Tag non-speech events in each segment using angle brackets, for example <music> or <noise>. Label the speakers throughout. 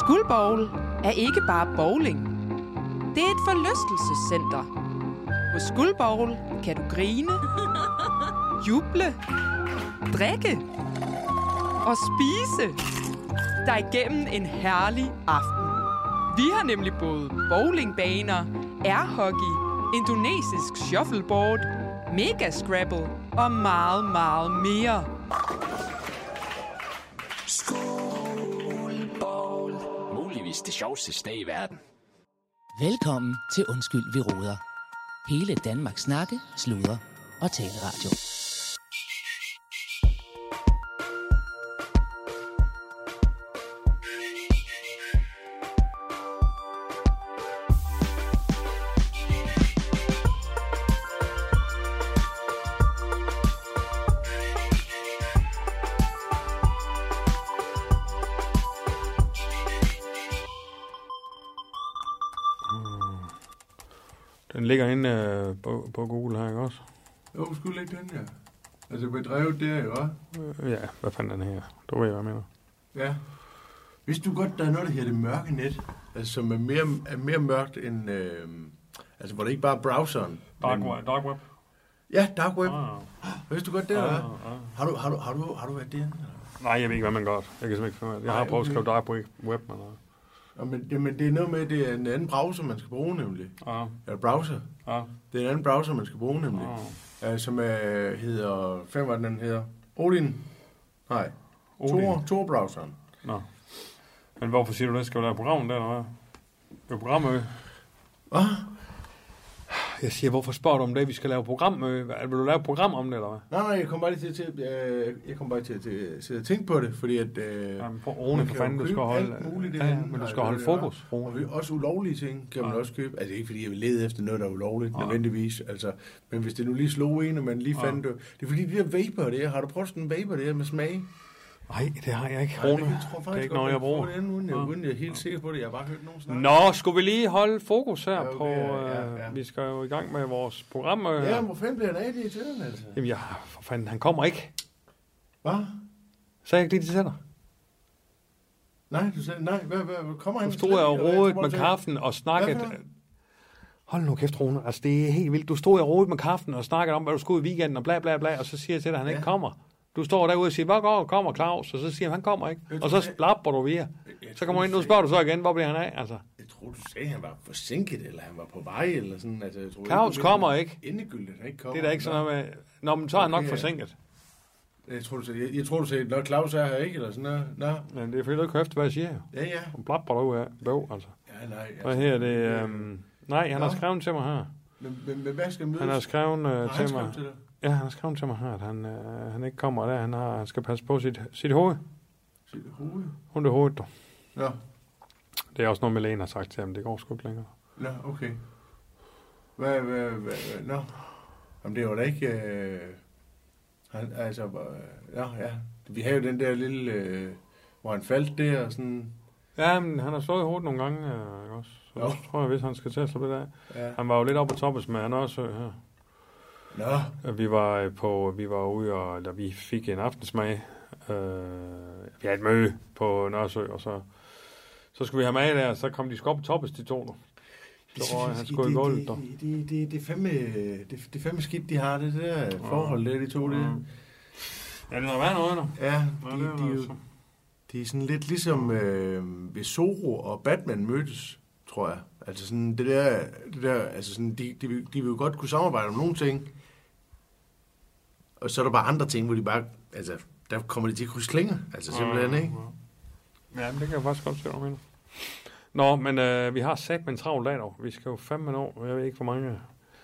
Speaker 1: Skuldbowl er ikke bare bowling. Det er et forlystelsescenter. På Skuldbowl kan du grine, juble, drikke og spise dig igennem en herlig aften. Vi har nemlig både bowlingbaner, airhockey, indonesisk shuffleboard, mega scrabble og meget, meget mere.
Speaker 2: Bowl. Muligvis det sjoveste sted i verden.
Speaker 3: Velkommen til Undskyld, vi råder. Hele Danmarks snakke, sludre og taleradio.
Speaker 4: Den ligger inde øh, på, på Google her, ikke også?
Speaker 5: Jo, skulle ikke den her. Altså, vi drev der jo også.
Speaker 4: Øh, Ja, hvad fanden er den her? Du ved, hvad jeg mener.
Speaker 5: Ja. Vidste du godt, der er noget, der hedder det mørke net? Altså, som er mere, er mere mørkt end... Øh, altså, hvor det ikke bare er browseren. men-
Speaker 4: dark web.
Speaker 5: Ja, dark web.
Speaker 4: Ah,
Speaker 5: Vidste du godt det, eller hvad? Har du, har du, har du, har du været derinde? eller?
Speaker 4: Nej, jeg ved ikke, hvad man gør. Jeg kan simpelthen ikke finde ud af det. Jeg har
Speaker 5: Nej,
Speaker 4: prøvet at skrive
Speaker 5: okay.
Speaker 4: dark web- web, men... øh,
Speaker 5: Nå, men, jamen, det er noget med, at det er en anden browser, man skal bruge nemlig.
Speaker 4: Ah,
Speaker 5: Eller browser.
Speaker 4: ah,
Speaker 5: Det er en anden browser, man skal bruge nemlig.
Speaker 4: ah.
Speaker 5: Øh, som øh, hedder... Hvad var den, den hedder? Odin? Nej. Tor, Tor-browseren.
Speaker 4: Nå. Men hvorfor siger du det? Skal du lave programmet der, eller hvad? øh? Det er jo programmø.
Speaker 5: Hvad?
Speaker 4: Jeg siger, hvorfor spørger du om det? Vi skal lave programmø. Hvad- Vil du lave et program om det, eller hvad?
Speaker 5: Nej, nej, jeg kom bare lige til, til, øh, jeg kom bare til, til at sidde og tænke på det, fordi at... Øh,
Speaker 4: Jamen, for
Speaker 5: man
Speaker 4: Rune, for
Speaker 5: kan
Speaker 4: fanden,
Speaker 5: jo
Speaker 4: du skal
Speaker 5: købe
Speaker 4: holde...
Speaker 5: alt muligt
Speaker 4: ja, ja,
Speaker 5: derinde.
Speaker 4: men du
Speaker 5: Nej,
Speaker 4: skal
Speaker 5: det
Speaker 4: holde
Speaker 5: er det, der er.
Speaker 4: fokus, Rune.
Speaker 5: og vi, også ulovlige ting kan man
Speaker 4: Ja.
Speaker 5: også købe. Altså ikke fordi jeg vil lede efter noget, der er ulovligt,
Speaker 4: Ja.
Speaker 5: nødvendigvis. Altså, men hvis det nu lige slog en, og man lige
Speaker 4: Ja.
Speaker 5: fandt det. Det er fordi de der vapor der, har du prøvet sådan en vapor der med smag?
Speaker 4: Nej, det har jeg ikke,
Speaker 5: Ej,
Speaker 4: Rune.
Speaker 5: jeg tror
Speaker 4: Det er
Speaker 5: faktisk
Speaker 4: ikke
Speaker 5: godt,
Speaker 4: noget, jeg
Speaker 5: man får
Speaker 4: bruger.
Speaker 5: det andet, Uden jeg,
Speaker 4: Ja.
Speaker 5: uden jeg er helt sikker på det, jeg har bare hørt nogen snakke.
Speaker 4: Nå, skulle vi lige holde fokus her
Speaker 5: Ja,
Speaker 4: ja,
Speaker 5: okay,
Speaker 4: på...
Speaker 5: ja,
Speaker 4: Øh,
Speaker 5: ja.
Speaker 4: Vi skal jo i gang med vores program. Øh,
Speaker 5: Ja,
Speaker 4: ja.
Speaker 5: men hvor fanden bliver han af det i tiden, altså?
Speaker 4: Jamen, ja, for fanden, han kommer ikke.
Speaker 5: Hvad?
Speaker 4: Sagde jeg ikke det, de sætter?
Speaker 5: Nej, du sagde, nej, hvad, hvad, hvad kommer han?
Speaker 4: Nu stod jeg og
Speaker 5: Eller hvad?
Speaker 4: rodet
Speaker 5: Kommer
Speaker 4: med
Speaker 5: til-
Speaker 4: kaffen og snakkede...
Speaker 5: Hvad for noget?
Speaker 4: Hold nu kæft, Rune. Altså, det er helt vildt. Du stod og rodet med kaffen og snakkede om, hvad du skulle i weekenden og bla bla bla, og så siger jeg til dig, at han ja.
Speaker 5: Ja.
Speaker 4: ikke kommer. Du står derude og siger, hvor går, kommer Claus? Og så siger han, han kommer ikke.
Speaker 5: Jeg
Speaker 4: Og
Speaker 5: tror,
Speaker 4: så
Speaker 5: jeg-
Speaker 4: blapper du videre.
Speaker 5: jeg
Speaker 4: Så kommer
Speaker 5: tror,
Speaker 4: han ind, nu
Speaker 5: jeg-
Speaker 4: spørger du så igen, hvor bliver han af? Altså,
Speaker 5: Jeg tror, du sagde, at han var forsinket, eller han var på vej, eller sådan. Altså, jeg tror,
Speaker 4: Claus
Speaker 5: ikke,
Speaker 4: kommer ikke.
Speaker 5: Endegyldigt, han ikke kommer.
Speaker 4: det er da ikke sådan noget med... Nå, men så er han nok
Speaker 5: Okay.
Speaker 4: forsinket.
Speaker 5: med... Jeg tror, du sagde, jeg, jeg tror, du sagde, når Claus er her, ikke? Eller sådan noget. Nå,
Speaker 4: Men det er fordi, du ikke hører efter, hvad jeg siger.
Speaker 5: ja, ja.
Speaker 4: Og blapper du af. Bøv, altså.
Speaker 5: Ja, nej. Altså,
Speaker 4: Hvad her det? øhm, nej, han har
Speaker 5: øh, Nå.
Speaker 4: skrevet til mig her.
Speaker 5: Men, men, men, hvad skal mødes?
Speaker 4: Han har skrevet øh,
Speaker 5: Nå, han
Speaker 4: til
Speaker 5: skrev
Speaker 4: mig.
Speaker 5: til dig.
Speaker 4: Ja, han har skrevet til mig her, at han, øh, han ikke kommer der. Han, har, han skal passe på sit, sit hoved.
Speaker 5: Sit hoved.
Speaker 4: Hun er hovedet, du.
Speaker 5: Nå,
Speaker 4: Det er også noget, Melene har sagt til ham. Det går sgu ikke længere.
Speaker 5: nå, okay. Hvad, hvad, hvad, hvad, nå. Jamen, det var da ikke... Øh, han, altså, øh, ja, ja. Vi havde jo den der lille... Øh, hvor han faldt der, og sådan...
Speaker 4: Ja, men han har slået i hovedet nogle gange øh, ikke også. Så
Speaker 5: Jo.
Speaker 4: jeg tror jeg, hvis han skal til at slå det af.
Speaker 5: Ja.
Speaker 4: Han var jo lidt oppe på toppes med Andersø her.
Speaker 5: Nå,
Speaker 4: Øh, Vi var øh, på, vi var ude, og eller, vi fik en aftensmag. Øh, vi havde et møde på Nørresø, og så, så skulle vi have mad der, og så kom de sgu op på toppes, de to nu. Så røg han sgu i gulvet, der.
Speaker 5: Det, det, det, det, er fandme, det, det er fandme skidt, de har, det der forhold, der, de to, det.
Speaker 4: Mm. Ja, det er noget værd noget, nu.
Speaker 5: Ja,
Speaker 4: Ja,
Speaker 5: de,
Speaker 4: det er altså-
Speaker 5: de, er
Speaker 4: noget,
Speaker 5: jo- de er sådan lidt ligesom øh, ved Zorro og Batman mødtes, tror jeg. Altså sådan det der, det der altså sådan, de, de, vil- de vil jo godt kunne samarbejde om nogle ting, og så er der bare andre ting, hvor de bare, altså, der kommer de til at krydse klinger, altså simpelthen, ikke?
Speaker 4: Ja, men det kan jeg faktisk godt se, hvad du mener. Nå, men øh, vi har sat med en travl dag dog. Vi skal jo fandme nå, jeg ved ikke, hvor mange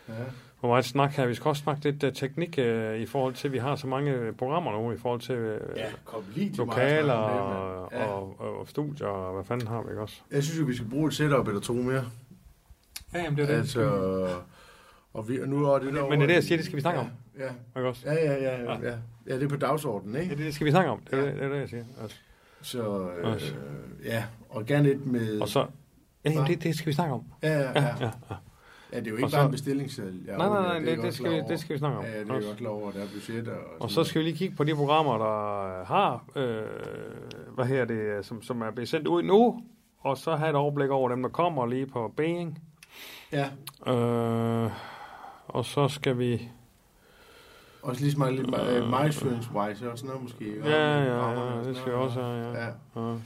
Speaker 5: Ja.
Speaker 4: hvor meget snak her. Vi skal også snakke lidt uh, teknik uh, i forhold til, at vi har så mange øh, programmer nu, i forhold til uh, ja,
Speaker 5: Ja, kom lige til mig og snak om
Speaker 4: lokaler
Speaker 5: det, mand.
Speaker 4: og,
Speaker 5: Ja.
Speaker 4: og, og, og studier, og hvad fanden har vi ikke også?
Speaker 5: Jeg synes jo, vi skal bruge et setup eller to mere.
Speaker 4: Ja, jamen, det
Speaker 5: Altså, og, vi, og nu er det der
Speaker 4: Men det er det, jeg siger, det skal vi snakke
Speaker 5: ja,
Speaker 4: om.
Speaker 5: Ja,
Speaker 4: Ikke også?
Speaker 5: ja, ja, ja, ja, ja. ja det er på dagsordenen,
Speaker 4: Ja,
Speaker 5: ikke?
Speaker 4: det, det skal vi snakke om. Det er det, det, er det jeg siger. Altså.
Speaker 5: Så øh,
Speaker 4: Også.
Speaker 5: ja, og gerne lidt med...
Speaker 4: Og så... Ja, jamen, det, det skal vi snakke om.
Speaker 5: ja, ja, ja.
Speaker 4: ja.
Speaker 5: Ja, det er jo ikke
Speaker 4: Og
Speaker 5: bare
Speaker 4: så-
Speaker 5: en bestillingsseddel. jeg
Speaker 4: Nej, nej, nej,
Speaker 5: afleverer.
Speaker 4: det,
Speaker 5: er
Speaker 4: det,
Speaker 5: godt
Speaker 4: skal,
Speaker 5: klar
Speaker 4: vi,
Speaker 5: over.
Speaker 4: det skal vi snakke om.
Speaker 5: Ja, ja, det er godt lov, og der er budgetter. Og,
Speaker 4: Og så skal vi lige kigge på de programmer, der har, øh, hvad her det, som, som er blevet sendt ud nu, og så have et overblik over dem, der kommer lige på Bing.
Speaker 5: Ja,
Speaker 4: Øh, og så skal vi...
Speaker 5: også lige smage lidt øh, markedsføringswise og sådan noget måske.
Speaker 4: Ja,
Speaker 5: og
Speaker 4: ja,
Speaker 5: rammerne og
Speaker 4: ja,
Speaker 5: sådan
Speaker 4: det skal vi
Speaker 5: noget.
Speaker 4: også have, ja.
Speaker 5: Ja,
Speaker 4: ja.
Speaker 5: og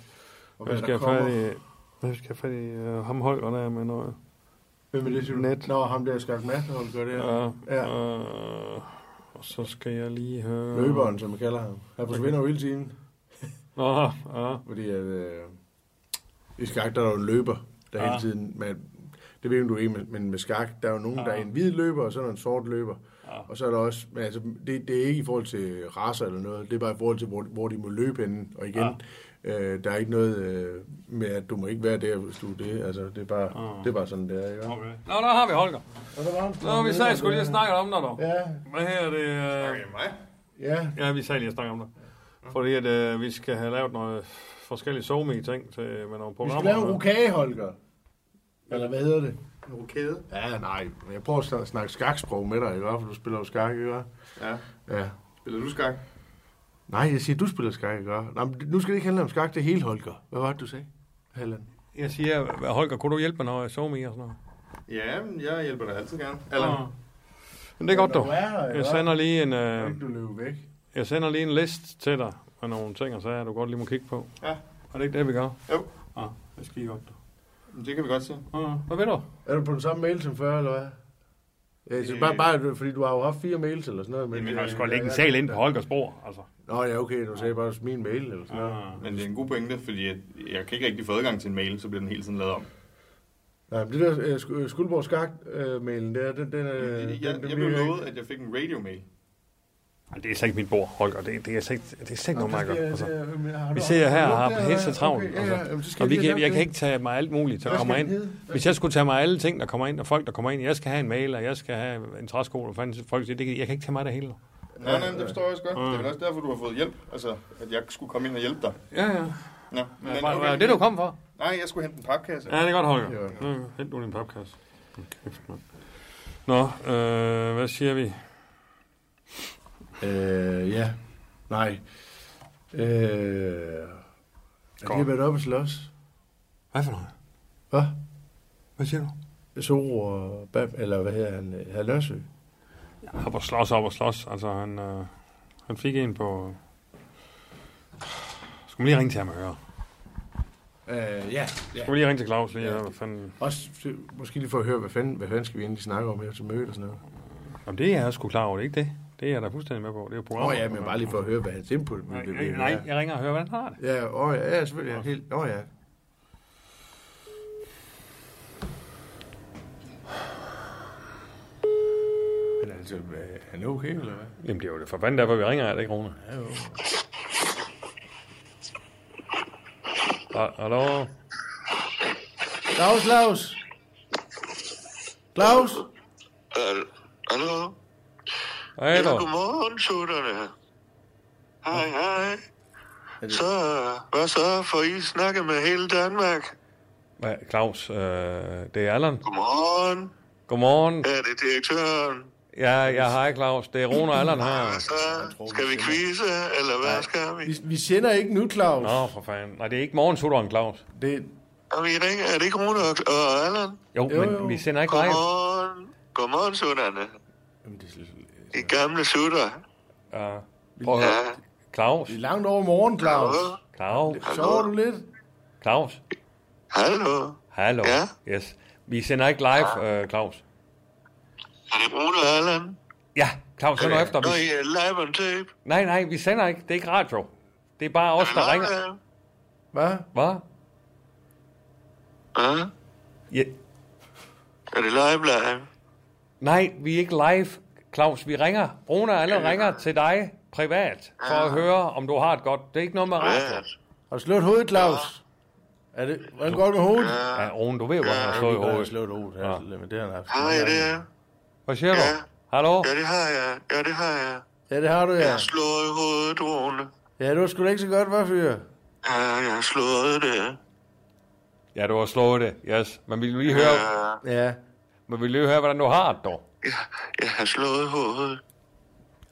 Speaker 4: Jeg
Speaker 5: hvad
Speaker 4: skal
Speaker 5: der
Speaker 4: have fat i,
Speaker 5: kommer.
Speaker 4: jeg skal have fat i uh, ham Holger der med noget.
Speaker 5: Hvem er det, siger du?
Speaker 4: Net.
Speaker 5: Nå, ham der skal med, når han gør det her.
Speaker 4: Ja.
Speaker 5: Ja.
Speaker 4: Uh, og så skal jeg lige høre...
Speaker 5: Løberen, som man kalder ham. Han forsvinder jo hele tiden,
Speaker 4: Nå, ja.
Speaker 5: fordi at, øh, i skak, der er jo en løber, der
Speaker 4: Ja.
Speaker 5: hele tiden... Man, det ved jeg, om du er ikke, men med skak, der er jo nogen,
Speaker 4: Ja.
Speaker 5: der er en hvid løber, og så er der en sort løber.
Speaker 4: Ja.
Speaker 5: Og så er der også, men altså, det, det er ikke i forhold til raser eller noget, det er bare i forhold til, hvor, hvor de må løbe henne. Og igen, ja. øh, der er ikke noget øh, med, at du må ikke være der, hvis du er det. Altså, det er bare,
Speaker 4: Ja.
Speaker 5: det er bare sådan, det er, ikke?
Speaker 4: Okay. Nå, der har vi Holger.
Speaker 5: Og der var ham.
Speaker 4: Nå, vi sagde sgu lige at snakke om dig, dog.
Speaker 5: Ja,
Speaker 4: Hvad her er det... Øh...
Speaker 5: ja.
Speaker 4: Ja, vi sagde lige at snakke om dig. Fordi at øh, vi skal have lavet nogle forskellige somi ting til, med nogle
Speaker 5: Vi
Speaker 4: programmer.
Speaker 5: skal lave en rokade, Holger. Eller hvad hedder det? En rokade? Ja, nej. Men jeg prøver at snak- snakke skaksprog med dig, ikke? hva'? For du spiller jo skak, ikke? hva'?
Speaker 6: Ja.
Speaker 5: Ja.
Speaker 6: Spiller du skak?
Speaker 5: Nej, jeg siger, du spiller skak, ikke? hva'? Nej, men nu skal det ikke handle om skak, det er hele Holger. Hvad var det, du sagde? Halland.
Speaker 4: Jeg siger, hvad, Holger, kunne du hjælpe med noget somi og sådan noget?
Speaker 6: Ja, men jeg hjælper dig altid gerne. Eller,
Speaker 4: Men det er godt,
Speaker 5: du.
Speaker 4: dog. Jeg sender lige en,
Speaker 5: Ja.
Speaker 4: øh,
Speaker 5: Ikke du løber væk.
Speaker 4: jeg sender lige en list til dig med nogle ting og sager, du godt lige må kigge på.
Speaker 6: Ja.
Speaker 4: Er det ikke det, vi gør?
Speaker 6: Jo.
Speaker 4: Ja, det skal I godt.
Speaker 6: det kan vi godt se.
Speaker 4: Ja, hvad ved du?
Speaker 5: Er du på den samme mail som før, eller hvad? Ja,
Speaker 6: Øh.
Speaker 5: så bare, bare, fordi du har jo haft fire mails eller sådan noget. Men,
Speaker 4: Jamen, jeg skal lægge en sal ind på Holgers bord, altså.
Speaker 5: Nå ja, okay, du sagde bare min mail eller sådan noget.
Speaker 4: Ah.
Speaker 6: Men det er en god pointe, fordi jeg, jeg kan ikke rigtig få adgang til en mail, så bliver den hele tiden lavet om.
Speaker 5: Nej, men det der øh, Sk- øh, Skuldborg Skak-mailen der, den, den, øh, den,
Speaker 6: Jeg,
Speaker 5: den,
Speaker 6: jeg, jeg blev
Speaker 5: bliver ikke-
Speaker 6: lovet, at jeg fik en radio-mail.
Speaker 4: Ej, det er slet ikke mit bord, Holger. Det, det er slet, ikke- det er slet ikke
Speaker 5: Nå,
Speaker 4: noget, man
Speaker 5: det
Speaker 4: gør.
Speaker 5: skal jeg-
Speaker 4: Altså.
Speaker 5: det- jamen, Øh, har
Speaker 4: Vi
Speaker 5: du-
Speaker 4: sidder her og
Speaker 5: har
Speaker 4: har
Speaker 5: du-
Speaker 4: haft helt så travlt.
Speaker 5: okay, ja, ja, jamen, så
Speaker 4: Altså.
Speaker 5: skal
Speaker 4: Og vi
Speaker 5: vi
Speaker 4: kan,
Speaker 5: have
Speaker 4: jeg
Speaker 5: det.
Speaker 4: kan ikke tage mig alt muligt, der
Speaker 5: Hvad
Speaker 4: kommer
Speaker 5: skal den
Speaker 4: ind.
Speaker 5: hedde? Hvad
Speaker 4: Hvis jeg skulle tage mig alle ting, der kommer ind, og folk, der kommer ind, og jeg skal have en mail, og jeg skal have en træsko, og fanden, folk siger, det, kan- jeg kan ikke tage mig det hele.
Speaker 6: Nej, nej, men det forstår jeg også godt.
Speaker 4: Ja.
Speaker 6: Det er vel også derfor, du har fået hjælp. Altså, at jeg skulle komme ind og hjælpe dig.
Speaker 4: Ja, ja.
Speaker 6: Nå, men
Speaker 4: Var,
Speaker 6: okay.
Speaker 4: var det, du kom for?
Speaker 6: Nej, jeg skulle hente en papkasse.
Speaker 4: Ja, det er godt, Holger.
Speaker 5: Ja.
Speaker 4: Ja. Hent nu din papkasse. Kæft, mand. Nå, øh, hvad siger vi?
Speaker 5: Øh, ja. Nej. Øh, er
Speaker 4: Godt.
Speaker 5: det været op og slås?
Speaker 4: Hvad for noget?
Speaker 5: Hvad?
Speaker 4: Hvad siger du?
Speaker 5: Soro og Bab, eller hvad hedder han? øh, Herr Lørsø?
Speaker 4: Op og slås, op og slås. Altså, han, øh, han fik en på... Skal man lige ringe til ham og høre?
Speaker 5: Øh, ja. ja.
Speaker 4: Skal vi lige ringe til Claus lige?
Speaker 5: Ja.
Speaker 4: Ja. Hvad fanden?
Speaker 5: Også til- måske lige for at høre, hvad fanden, hvad fanden skal vi egentlig snakke om her til mødet og sådan noget.
Speaker 4: Jamen, det er jeg sgu klar over, det er ikke det? Det er jeg da fuldstændig med på. Det er jo
Speaker 5: Åh
Speaker 4: programmet.
Speaker 5: oh, ja, men bare lige for at høre, hvad hans input vil
Speaker 4: Nej,
Speaker 5: blive.
Speaker 4: nej, jeg ringer og hører, hvordan han har det.
Speaker 5: Ja, åh oh, ja, ja, selvfølgelig. Ja, helt, åh oh, ja. Men altså, øh, han er okay, eller hvad?
Speaker 4: Jamen, det er jo det for fanden derfor, vi ringer, er det ikke, Rune?
Speaker 5: Ja, jo.
Speaker 4: Ha- Hallo?
Speaker 5: Claus, Claus! Claus!
Speaker 7: Hal- Hallo?
Speaker 4: Hej
Speaker 7: Ja,
Speaker 4: du.
Speaker 7: godmorgen, sutterne. Hej, hej.
Speaker 5: det-
Speaker 7: Så, hvad så? Får I snakket med hele Danmark?
Speaker 4: Hvad, Claus, øh, det er Allan.
Speaker 7: Godmorgen.
Speaker 4: Godmorgen.
Speaker 7: Her er det direktøren.
Speaker 4: Ja, ja, hej Claus. Det er Rune og Allan her.
Speaker 7: Hvad så? Skal vi quizze, eller hvad skal vi?
Speaker 5: Vi, vi sender ikke nu, Claus.
Speaker 4: Nå, for fanden. Nej, det er ikke morgensutteren, Claus.
Speaker 5: Det,
Speaker 7: Er, vi er, det ikke, er det ikke Rune og, og Allan?
Speaker 4: Jo,
Speaker 5: Jo,
Speaker 4: jo, men
Speaker 5: jo.
Speaker 4: jo. vi sender ikke live.
Speaker 7: Godmorgen. Godmorgen, sutterne.
Speaker 5: jamen, det er, slet-
Speaker 7: De gamle sutter.
Speaker 4: Ja. Prøv at
Speaker 7: Ja.
Speaker 4: høre. Claus,
Speaker 5: det er langt over morgen, Claus.
Speaker 7: Hallo?
Speaker 4: Claus,
Speaker 5: Sover du lidt?
Speaker 4: Claus.
Speaker 7: Hallo?
Speaker 4: Hallo.
Speaker 7: Ja. Ah.
Speaker 4: Yes. Vi sender ikke live, øh, Claus.
Speaker 7: Er det Rune og Allan?
Speaker 4: Ja, Claus, hør nu efter.
Speaker 7: Nå, I
Speaker 4: Vi...
Speaker 7: er live on tape.
Speaker 4: Nej, nej, vi sender ikke. Det er ikke radio. Det er bare os, der ringer.
Speaker 5: Hvad?
Speaker 4: Hvad?
Speaker 7: Ja?
Speaker 4: Ja.
Speaker 7: Er det live live?
Speaker 4: Nej, vi er ikke live, Claus. Vi ringer. Rune og Allan ringer til dig privat for at høre, om du har det godt. Det er ikke noget med radio.
Speaker 7: Ja.
Speaker 5: Har du slået hovedet, Claus? Er det, hvordan går det med hovedet? Ja,
Speaker 4: Ja, Rune, du ved jo, hvor han har slået i
Speaker 5: Jeg har
Speaker 4: hovedet.
Speaker 5: slået hovedet,
Speaker 4: Ja.
Speaker 5: ja. men det har han haft.
Speaker 7: Hej, det er.
Speaker 4: Hvad siger du?
Speaker 7: Ja.
Speaker 4: Hallo?
Speaker 7: Ja, det har jeg. Ja, det har jeg.
Speaker 5: Ja, det har du, ja.
Speaker 7: Jeg slår i hovedet, Rune.
Speaker 5: Ja, du er sgu da ikke så godt, var fyr?
Speaker 7: Ja, jeg har slået det.
Speaker 4: Ja, du har slået det. Yes. Men vi vil lige høre,
Speaker 7: Ja.
Speaker 5: Ja.
Speaker 4: Men vi vil lige høre, hvordan du har det, dog.
Speaker 7: Jeg, jeg har slået hovedet.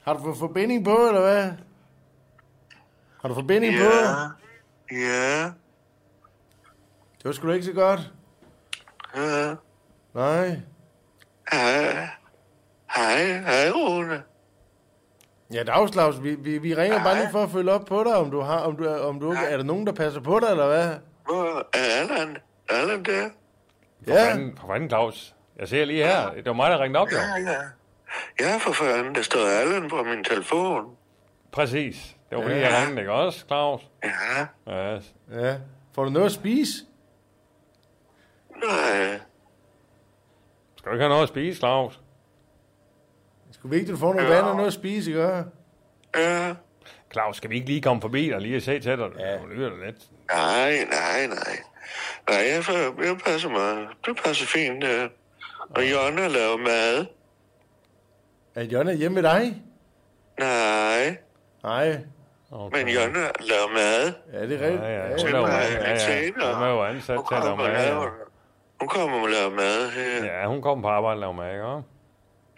Speaker 5: Har du fået forbinding på, eller hvad? Har du forbinding på?
Speaker 7: Ja. Ja.
Speaker 5: Det var sgu da ikke så godt.
Speaker 7: Ja.
Speaker 5: Nej.
Speaker 7: Hej. Hej, hej Rune.
Speaker 5: Ja, Dagslaus, vi, vi, vi ringer bare lige for at følge op på dig, om du har, om du, er- om du, er der nogen, der passer på dig, eller hvad?
Speaker 7: Hvor er Allan? Allan der?
Speaker 5: Ja,
Speaker 4: Fanden, for fanden, Claus. Jeg ser lige her. Det var mig, der ringede op, jo.
Speaker 7: Ja, ja. Ja, for fanden, der står Allan på min telefon.
Speaker 4: Præcis. Det var fordi, jeg ringede, ikke også, Claus?
Speaker 7: Ja.
Speaker 4: Ja,
Speaker 5: ja. Får du noget at spise?
Speaker 7: Nej.
Speaker 4: skal du ikke have noget at spise, Claus?
Speaker 5: Det er sgu vigtigt, at du får noget vand og noget at spise, ikke?
Speaker 7: Ja.
Speaker 4: Claus, skal vi ikke lige komme forbi dig lige og se til dig? Ja. Du lyder da lidt.
Speaker 7: Nej, nej, nej. Nej, jeg, får- jeg passer mig. Det passer fint. Ja. Og Jonna laver mad.
Speaker 5: Er Jonna hjemme ved dig?
Speaker 7: Nej,
Speaker 5: Nej.
Speaker 4: Okay.
Speaker 7: men Jonna laver mad.
Speaker 5: Ja, det er rigtigt.
Speaker 4: Ja, ja.
Speaker 5: Ja,
Speaker 4: Hun
Speaker 5: ja.
Speaker 4: laver-
Speaker 7: mig,
Speaker 4: ja,
Speaker 7: lidt
Speaker 4: ja.
Speaker 7: senere.
Speaker 4: Hun er jo ansat
Speaker 7: Hun
Speaker 4: til at lave
Speaker 7: kommer og
Speaker 4: mad.
Speaker 7: laver,
Speaker 4: jo.
Speaker 7: hun kommer og laver mad her. Ja,
Speaker 4: Ja, hun kommer på arbejde og laver mad, ikke? også?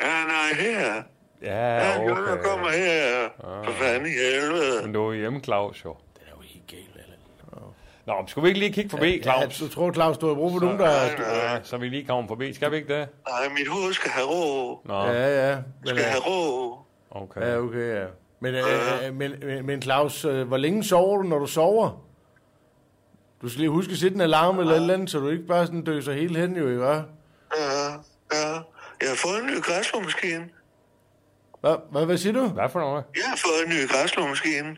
Speaker 7: ja nej, her. Ja,
Speaker 4: Ja,
Speaker 7: Jonna kommer
Speaker 4: okay. Ah.
Speaker 7: her. For fanden i helvede.
Speaker 4: Men du er hjemme, Claus, jo. Det er jo helt galt, eller? Nå, men skulle vi ikke lige kigge forbi, Claus?
Speaker 5: du tror, Claus, du har brug for nogen, der...
Speaker 4: Ja, så vi lige kommer forbi. Skal vi ikke det?
Speaker 7: Nej, mit hoved skal have ro.
Speaker 4: Nå,
Speaker 5: Ja, ja. Men,
Speaker 7: Skal
Speaker 5: øh,
Speaker 7: have ro.
Speaker 5: ja,
Speaker 4: okay.
Speaker 5: okay, ja. Men, øh, øh, men, men, men Claus, øh, hvor længe sover du, når du sover? Du skal lige huske at sætte en alarm eller et eller andet, så du ikke bare sådan døser helt hen, jo, ikke? hva'?
Speaker 7: Ja, ja. Jeg har fået en ny græsslåmaskine.
Speaker 5: Hvad, hvad, hvad siger du?
Speaker 4: Hvad for noget?
Speaker 7: Jeg har fået en ny græsslåmaskine.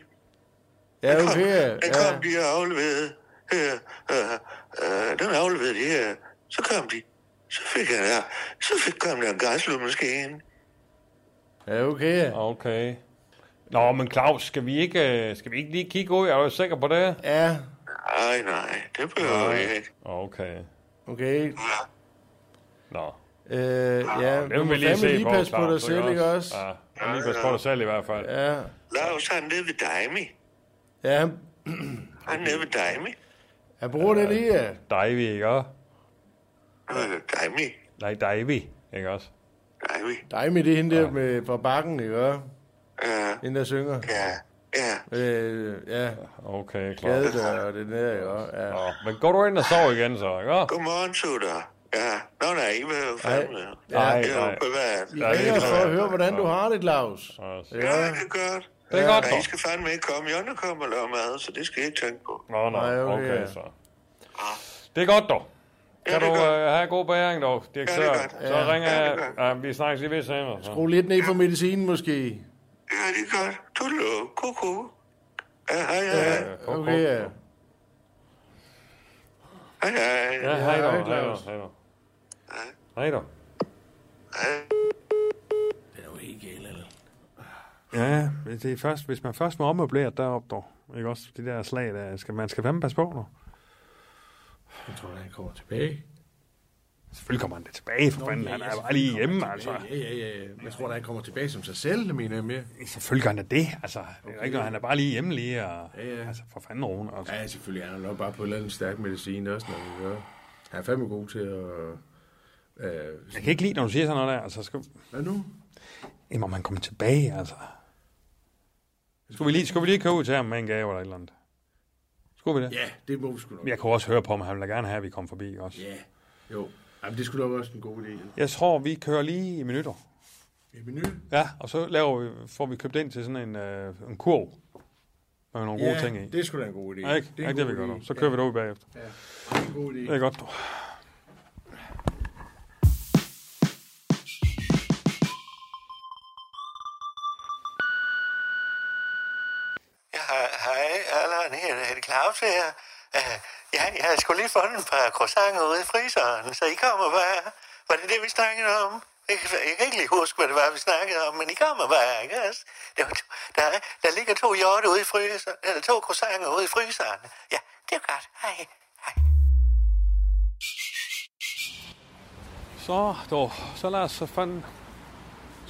Speaker 5: Ja, okay, ja.
Speaker 7: Den kom de og afleverede. Øh, øh, øh, den afleverede de her. Så kom de. Så fik jeg der. Så fik kom der en græsslåmaskine.
Speaker 5: Ja, okay, ja.
Speaker 4: Okay. Nå, men Claus, skal vi ikke, øh, skal vi ikke lige kigge ud? Er du sikker på det?
Speaker 5: Ja,
Speaker 7: Nej, nej, det øh, behøver jeg ikke.
Speaker 4: Okay.
Speaker 5: okay.
Speaker 4: Nå.
Speaker 5: Øh, ja,
Speaker 4: Det
Speaker 5: du
Speaker 4: vil
Speaker 5: må
Speaker 4: vi lige
Speaker 5: fandme
Speaker 4: se
Speaker 5: lige
Speaker 4: på,
Speaker 5: passe på dig
Speaker 4: Claus,
Speaker 5: selv, ikke også?
Speaker 4: Ja, og lige passe på dig selv i hvert fald.
Speaker 5: Ja,
Speaker 7: Lars, han er nede ved Daimi.
Speaker 5: ja han,
Speaker 7: Han er nede ved Daimi.
Speaker 5: han bruger det lige, ja.
Speaker 4: Divey, ikke også?
Speaker 7: Øh, Daimi.
Speaker 4: Nej, Divey, ikke også?
Speaker 7: Daimi.
Speaker 5: Dig med det er hende der med, fra bakken, ikke også?
Speaker 7: Ja,
Speaker 5: Hende der synger.
Speaker 7: Øh, ja, ja.
Speaker 5: Øh, ja,
Speaker 4: Okay, Claus.
Speaker 5: gadedør og det der, ikke også? Ja.
Speaker 4: Nå, men går du ind og sover igen så, ikke også?
Speaker 7: Godmorgen, Sutter. Ja. Nå, nej, I vil jo fandme.
Speaker 4: Nej,
Speaker 7: Det er jo
Speaker 4: nej.
Speaker 7: privat.
Speaker 5: Vi
Speaker 4: Ja, det er
Speaker 5: ringer
Speaker 4: klart.
Speaker 5: for at høre, hvordan du har det, Claus.
Speaker 7: Ja,
Speaker 5: Ja,
Speaker 7: det er godt.
Speaker 4: Det er godt,
Speaker 7: Ja, I
Speaker 4: så.
Speaker 7: skal fandme ikke komme. Jonna kommer og laver mad, så det skal I ikke tænke på.
Speaker 4: Nå, nå,
Speaker 5: Nej, okay,
Speaker 4: okay,
Speaker 5: ja.
Speaker 4: så. Det er godt, dog. Kan
Speaker 7: det
Speaker 4: du
Speaker 7: er godt.
Speaker 4: øh, have god bæring, dog, direktør?
Speaker 7: godt.
Speaker 4: Så ringer
Speaker 7: Ja, det
Speaker 4: jeg.
Speaker 7: er
Speaker 4: Ja, vi snakkes lige ved senere. Så.
Speaker 5: Skru lidt ned for medicinen, måske.
Speaker 7: Ja, det er godt. Tudlo, kuku. Ja, hej, hej.
Speaker 5: Okay, ja.
Speaker 7: Hej, hej.
Speaker 4: Ja, hej
Speaker 5: hej,
Speaker 4: dog, hej dog,
Speaker 5: Claus.
Speaker 4: hej dog. Hej dog.
Speaker 8: Ja, men det er først, hvis man først må ommøblere deroppe, dog, ikke også? De der slag, der skal, man skal fandme passe på, dog.
Speaker 5: Jeg tror, han kommer tilbage.
Speaker 8: Selvfølgelig kommer han da tilbage, for fanden. Han er bare lige hjemme, altså.
Speaker 5: Ja, ja, ja. Jeg tror, han kommer tilbage som sig selv, mener jeg mere.
Speaker 8: Selvfølgelig gør han da det, altså. Det er ikke, noget, han er bare lige hjemme lige, og,
Speaker 5: Ja, ja.
Speaker 8: altså, for fanden roen, altså.
Speaker 5: Ja, selvfølgelig. Han er nok bare på en eller anden stærk medicin også, når vi gør. Han er fandme god til at... Øh,
Speaker 8: Jeg kan ikke lide, når du siger sådan noget der, altså. Skal,
Speaker 5: hvad nu?
Speaker 8: jamen, om han kommer tilbage, altså. Skulle vi lige, skulle vi lige køre ud til ham med en gave eller et eller andet? Skulle vi det?
Speaker 5: Ja, det må vi sgu nok.
Speaker 8: Jeg kunne også høre på, om han ville gerne have, at vi kom forbi også.
Speaker 5: Ja, jo. Jamen, det skulle nok også en god idé.
Speaker 8: Jeg tror, vi kører lige i minutter.
Speaker 5: Ja, menu.
Speaker 8: Ja, og så laver vi, får vi købt ind til sådan en, øh, en kurv med nogle gode ting i.
Speaker 5: det er sgu da en god idé.
Speaker 8: Ja, ikke? Det,
Speaker 5: en
Speaker 8: ikke det, vi
Speaker 5: god
Speaker 8: gør
Speaker 5: idé.
Speaker 8: nu. Så kører vi derud bagefter.
Speaker 5: Ja, det er en god idé.
Speaker 8: Det er godt, du.
Speaker 7: Ja, hej, hej, Allan. Her er det Claus her. Øh, Ja, jeg har sgu lige fundet et par croissanter ude i fryseren, så I kommer bare. Var det det, vi snakkede om? Jeg kan, jeg kan ikke lige huske, hvad det var, vi snakkede om, men I kommer bare, ikke også? Der, var to- der, der ligger to hjorte ude i fryseren, eller to croissanter ude i fryseren. Ja, det er godt. Hej, hej.
Speaker 8: Så, du. Så lad os så fanden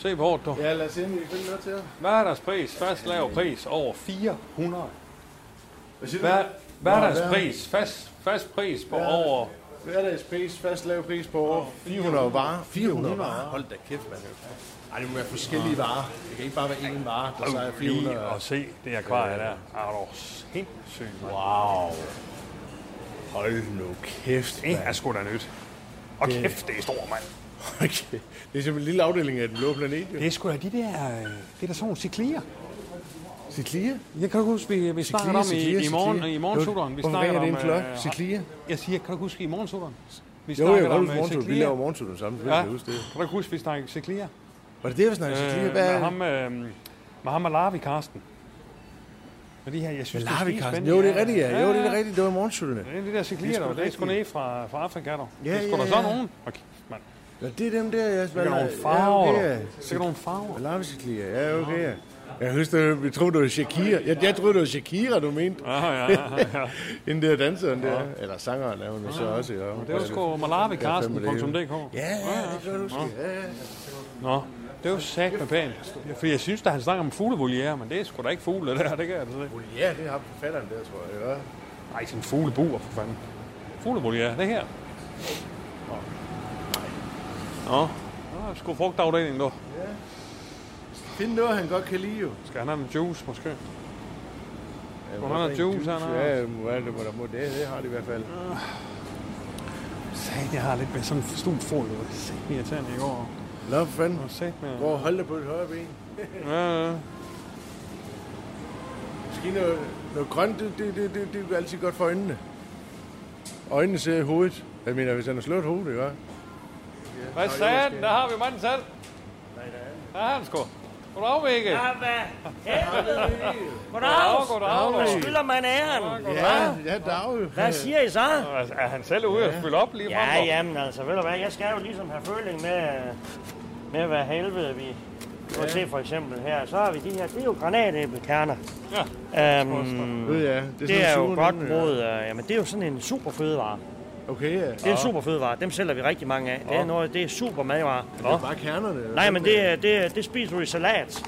Speaker 8: se på hårdt, du.
Speaker 5: Ja, lad os se, om vi kan finde noget til jer.
Speaker 8: Hverdagspris, fast lav pris over 400.
Speaker 5: Hvad siger du?
Speaker 8: Hver, hverdagspris, fast, fast pris på over
Speaker 5: Hverdagspris, fast lav pris på over 400 varer. 400 varer? Hold da kæft, mand. Ej, det må være forskellige varer. Det kan ikke bare være én vare, der så er
Speaker 4: Lige
Speaker 5: 400.
Speaker 4: at se det akvarie der. Er du sindssygt, mand.
Speaker 5: Wow. Hold nu kæft,
Speaker 4: Det er sgu da nyt. Og kæft, det er stor, mand.
Speaker 5: Okay. Det er simpelthen en lille afdeling af den blå planet, jo.
Speaker 4: Det er sgu da de der, øh, det er da sådan nogle ciklier.
Speaker 5: Ciclia?
Speaker 4: Jeg kan du huske, vi, vi snakkede om i, i morgen, i morgensutteren. Vi snakkede om,
Speaker 5: det en flot?
Speaker 4: øh,
Speaker 5: Ciclia?
Speaker 4: jeg siger, kan du huske i morgensutteren? Vi
Speaker 5: Jo, jeg
Speaker 4: snakkede
Speaker 5: kan godt
Speaker 4: om øh,
Speaker 5: huske morgensutter. Vi
Speaker 4: ciklier.
Speaker 5: laver morgensutter sammen, så
Speaker 4: Ja.
Speaker 5: ja. jeg huske det.
Speaker 4: Kan du ikke huske, vi snakkede ciklier?
Speaker 5: Var det det, vi snakkede
Speaker 4: Øh,
Speaker 5: Ciclia? Hvad
Speaker 4: med,
Speaker 5: er
Speaker 4: ham, øh, med ham og Larvi Karsten. Med de her, jeg synes, det er skide
Speaker 5: Larvikarsten.
Speaker 4: spændende.
Speaker 5: Jo, det er rigtigt, ja. Jo, det er rigtigt. Det var morgensutterne.
Speaker 4: Det er de der
Speaker 5: Det er
Speaker 4: ciklier,
Speaker 5: sgu
Speaker 4: der det er sgu
Speaker 5: rigtigt.
Speaker 4: ned fra, fra Afrika, dog.
Speaker 5: Ja,
Speaker 4: det er sgu
Speaker 5: ja,
Speaker 4: da sådan
Speaker 5: ja.
Speaker 4: nogen. Okay, mand.
Speaker 5: Ja, det er dem der, jeg
Speaker 4: Sikkert
Speaker 5: Ja,
Speaker 4: nogle
Speaker 5: okay,
Speaker 4: farver,
Speaker 5: ja.
Speaker 4: dog. Sikkert nogle farver.
Speaker 5: Larviciklia, ja, okay. Ja. Jeg husker, vi troede, det var Shakira. Jeg, jeg troede, det var Shakira, du mente.
Speaker 4: Ja, ja, ja.
Speaker 5: <laughs>
Speaker 4: ja.
Speaker 5: Den der danseren der. Eller sangeren er hun jo så også. Ja.
Speaker 4: Det var sgu malavikarsten.dk.
Speaker 5: Ja, ja, det kan jeg huske. Ja, ja.
Speaker 4: Nå, det var sat med pænt. Ja, For jeg synes, da han snakker om fuglevoliere, men det er sgu da ikke fugle, det der, det kan jeg altså ikke.
Speaker 5: Ja, det har forfatteren der, tror jeg. Ja.
Speaker 4: Nej, sådan en fuglebuer, for fanden. Fuglevoliere, det her. Nå, Nå. Nå, sgu frugtafdelingen, du.
Speaker 5: Find noget, han godt kan lide jo.
Speaker 4: Skal han have en juice, måske?
Speaker 5: Ja,
Speaker 4: Må han have juice, han har?
Speaker 5: Ja, må, det, må, der må, det, det har de i hvert fald.
Speaker 4: Satan, jeg har lidt med sådan en stor fod. Det var satan irriterende i går.
Speaker 5: Nå, for fanden.
Speaker 4: Og satan,
Speaker 5: Hvor hold det på det højre ben.
Speaker 4: ja, ja.
Speaker 5: Måske noget, noget grønt, det, det, det, det, det er altid godt for øjnene. Øjnene ser i hovedet. Jeg mener, hvis han har slået hovedet, ikke?
Speaker 4: Hvad sagde den? Der har vi manden selv. Der er han sgu. Goddag, Mikke. Ja, hvad? Goddag. Goddag, goddag.
Speaker 9: Skylder man æren.
Speaker 5: Ja, ja, Dag.
Speaker 9: Hvad siger I så?
Speaker 4: Altså, Er han selv ude at fylde op lige frem?
Speaker 9: Ja, jamen altså, ved du hvad, jeg skal jo ligesom have føling med, øh, med hvad helvede vi... Du kan se for eksempel her, så har vi de her, det er jo granatæblekerner. Ja, øhm,
Speaker 5: Ved jeg, det er,
Speaker 9: det er jo
Speaker 5: sure
Speaker 9: godt
Speaker 5: nogen, ja.
Speaker 9: mod, øh, jamen det er jo sådan en super fødevare.
Speaker 5: Okay, ja.
Speaker 9: Det er en super fødevare, dem sælger vi rigtig mange af. Det er, noget, det er super madvarer.
Speaker 5: Det er bare kernerne. eller
Speaker 9: Nej,
Speaker 5: hvad?
Speaker 9: men det, er- det, er- det spiser du i salat.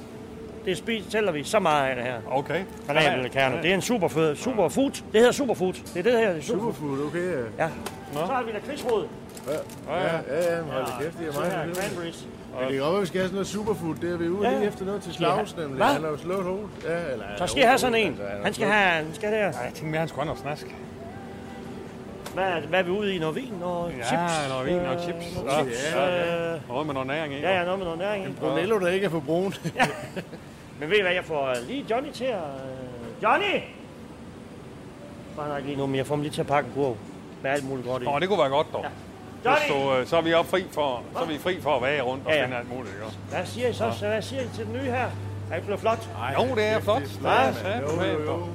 Speaker 9: Det spiser, sælger vi så meget af det her.
Speaker 4: Okay.
Speaker 9: Granatæblekerner, det er en super føde, super food. Det hedder super food. Det er det her, det er super
Speaker 5: Superfood, okay. ja.
Speaker 9: Ja. Så har vi der krigsråd.
Speaker 5: Ja, ja, ja, men hold da kæft, det er
Speaker 9: Så
Speaker 5: meget
Speaker 9: her,
Speaker 5: hyggeligt.
Speaker 9: Cranberries.
Speaker 5: Men det kan godt være, vi skal have sådan noget superfood. Det er vi ude
Speaker 9: Ja.
Speaker 5: lige efter noget til Claus, nemlig.
Speaker 9: Hvad?
Speaker 5: Han har jo slået hovedet. Ja, eller,
Speaker 9: Så skal jeg have sådan en. Han skal have, han skal der.
Speaker 4: Ej, jeg tænkte mere, han skulle have noget snask.
Speaker 9: Hvad, er- hvad er vi ude i? Noget vin og chips?
Speaker 4: Ja, noget vin og chips. Ja, ja.
Speaker 9: Øh,
Speaker 4: Noget med noget næring i.
Speaker 9: ja, ja, noget med noget næring. i.
Speaker 5: Brunello, der ikke er for brun. <laughs>
Speaker 9: Men ved I hvad, jeg får øh, lige Johnny til at... øh, Johnny! Bare nok lige nu, men jeg får ham lige til at pakke en kurv. Med alt muligt godt i.
Speaker 4: Nå, det kunne være godt, dog. Hvis
Speaker 9: Johnny!
Speaker 4: du, øh, så er vi op fri for, så er vi fri for at være rundt og
Speaker 9: Ja, ja.
Speaker 4: finde alt muligt, ikke også?
Speaker 9: Hvad siger I så? så hvad siger I til den nye her? Er det blevet flot? Ej,
Speaker 4: Jo, det er flot. Det er
Speaker 5: mand. Jo,
Speaker 4: satme
Speaker 5: jo, jo.
Speaker 4: dog.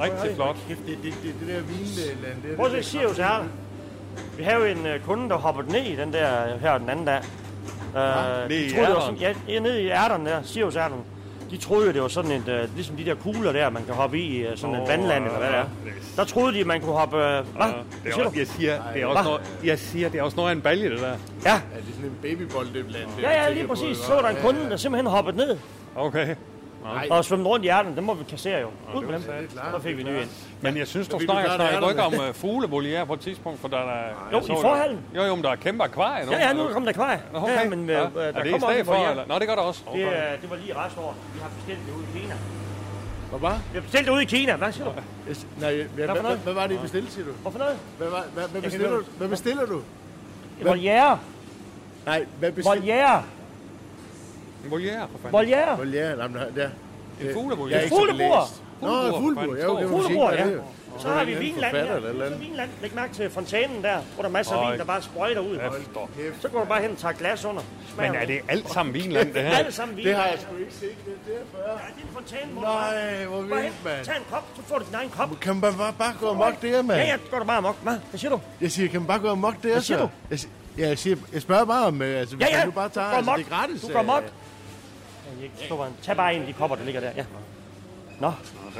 Speaker 4: Rigtig flot.
Speaker 5: Kæft, det, det, det, det der vinland, det er...
Speaker 9: Prøv at se, jeg siger jo til her. Vi havde jo en øh, kunde, der hoppede ned i den der øh, her den anden dag. Uh, ja,
Speaker 4: ned i ærteren?
Speaker 9: ja, ja, nede i ærteren der, Sirius ærteren. De troede jo, det var sådan et, uh, ligesom de der kugler der, man kan hoppe i, uh, sådan oh,
Speaker 4: Åh,
Speaker 9: et vandland eller hvad det er.
Speaker 4: ja, det-
Speaker 9: Der troede de, at man kunne hoppe... Uh, hvad? Hvad
Speaker 4: Det
Speaker 9: siger
Speaker 4: er
Speaker 9: du?
Speaker 4: også, jeg siger, det er også
Speaker 9: Hva?
Speaker 4: noget, jeg siger, det er også noget af en balje, det der.
Speaker 9: Ja,
Speaker 5: Er det sådan en babybolddøbland?
Speaker 9: ja, ja, lige præcis. Så var der en kunde, der simpelthen hoppede ned
Speaker 4: Okay.
Speaker 9: og svømmede rundt i ærteren. Den må vi kassere jo. Ud med dem.
Speaker 5: det er klart,
Speaker 9: Så fik vi en ny ind.
Speaker 4: Men jeg synes, du
Speaker 5: vi
Speaker 4: snakker,
Speaker 5: klare det
Speaker 4: snakker du ikke om uh, fuglevoliere på et tidspunkt, for der er...
Speaker 9: Jo,
Speaker 4: jeg
Speaker 9: i
Speaker 4: så det.
Speaker 9: forhallen.
Speaker 4: Jo, jo, men der er kæmpe akvarie nu.
Speaker 9: Ja, ja, nu er der kommet der kvar.
Speaker 4: Nå, okay.
Speaker 9: Ja, men øh,
Speaker 4: Ja.
Speaker 9: øh, der
Speaker 4: er det i
Speaker 9: kommer også
Speaker 4: stedet
Speaker 9: en
Speaker 4: for,
Speaker 9: voliere.
Speaker 4: eller? Nå, det gør der også.
Speaker 9: Det, øh, det var lige resten år. Vi har bestilt det ude i Kina.
Speaker 5: Hvad?
Speaker 9: Vi har bestilt det ude i Kina. Hvad siger du?
Speaker 5: Nej, hvad,
Speaker 9: for
Speaker 5: hvad, hvad,
Speaker 9: noget?
Speaker 5: hvad var det, I bestilte, siger du?
Speaker 9: Hvorfor noget?
Speaker 5: Hvad, var- hvad, hvad, bestiller,
Speaker 9: høre
Speaker 5: du? hvad bestiller du?
Speaker 9: En Voliere.
Speaker 5: Nej, hvad bestiller
Speaker 9: Voliere.
Speaker 4: En voliere, for fanden.
Speaker 9: Voliere.
Speaker 5: du? Ja, nej, nej, der.
Speaker 4: En
Speaker 5: Jeg er
Speaker 4: fuglevoliere.
Speaker 5: ikke så
Speaker 9: Fuglebord.
Speaker 5: belæst. Nå, fuglebord. Ja, okay,
Speaker 4: Fuglebord,
Speaker 9: Fuglebord, ja.
Speaker 5: ja.
Speaker 9: Så har vi
Speaker 5: en
Speaker 9: Vinland
Speaker 5: forfatter eller
Speaker 9: her.
Speaker 5: et eller
Speaker 9: Så
Speaker 5: andet.
Speaker 9: Vinland. Læg mærke til fontænen der, hvor der er masser af
Speaker 4: Øj.
Speaker 9: vin, der bare sprøjter ud.
Speaker 4: Efter.
Speaker 9: Så går du bare hen og tager glas under. Smager
Speaker 4: Men er det alt sammen vinland, det her?
Speaker 9: Alle sammen vin.
Speaker 5: Det har jeg sgu ikke set, det er derfor.
Speaker 9: Ja, det er en fontæne, hvor du bare...
Speaker 5: Nej, hvor
Speaker 9: Bare hen,
Speaker 5: vildt, mand.
Speaker 9: tag en kop, så får du din egen kop.
Speaker 5: Kan man bare, bare gå amok der, mand?
Speaker 9: Ja, ja, går du bare amok. Hvad? Hvad siger du?
Speaker 5: Jeg siger, kan man bare gå amok der,
Speaker 9: Hvad siger
Speaker 5: så?
Speaker 9: du?
Speaker 5: Jeg, si- ja, jeg, siger, jeg spørger bare om, øh, altså, hvis
Speaker 9: Ja, ja,
Speaker 5: du bare tager,
Speaker 9: du
Speaker 5: altså,
Speaker 9: går amok.
Speaker 5: det er gratis.
Speaker 9: Du går amok.
Speaker 5: øh,
Speaker 9: Ja, jeg forstår bare. Tag bare en af de kopper, der ligger der. Ja. Nå,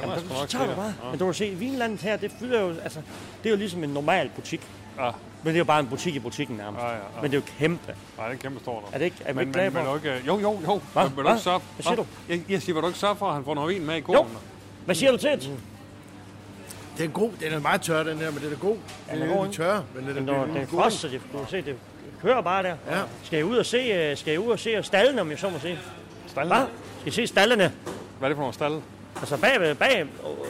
Speaker 9: Jamen,
Speaker 4: sgu
Speaker 9: så
Speaker 4: nok
Speaker 9: tager du
Speaker 4: sikkert.
Speaker 9: bare. Men du kan se, vinlandet her, det fylder jo, altså, det er jo ligesom en normal butik.
Speaker 4: Ja.
Speaker 9: Men det er jo bare en butik i butikken nærmest.
Speaker 4: Ja, ja, ja.
Speaker 9: Men det er jo kæmpe.
Speaker 4: Nej, det er kæmpe stort.
Speaker 9: Er det ikke, er vi
Speaker 4: Men,
Speaker 9: ikke
Speaker 4: men
Speaker 9: glade
Speaker 4: vil du
Speaker 9: for?
Speaker 4: ikke... øh, Jo, jo, jo.
Speaker 9: Hva?
Speaker 4: Men Vil du ikke
Speaker 9: Hva?
Speaker 4: sørge...
Speaker 9: Hvad siger
Speaker 4: Hva?
Speaker 9: du?
Speaker 10: Mm,
Speaker 4: Jeg, jeg siger, vil du ikke sørge for, at han får noget vin med i kolen?
Speaker 9: Hvad siger du til det?
Speaker 10: Den er god. Den er meget tør, den her, men den er god.
Speaker 9: er
Speaker 10: Den er
Speaker 9: god,
Speaker 10: lidt
Speaker 9: ikke?
Speaker 10: tør, men den er,
Speaker 9: Men når
Speaker 10: den
Speaker 9: det
Speaker 10: er
Speaker 9: er
Speaker 10: god.
Speaker 9: frost, så det, du kan se, det kører bare der.
Speaker 10: Ja.
Speaker 9: Skal jeg ud og se, øh, skal jeg ud og se og stallen, om jeg så må sige.
Speaker 4: Stallen.
Speaker 9: Hvad? Skal I se stallene?
Speaker 4: Hvad er det for nogle stalle?
Speaker 9: Altså bag, ved- bag,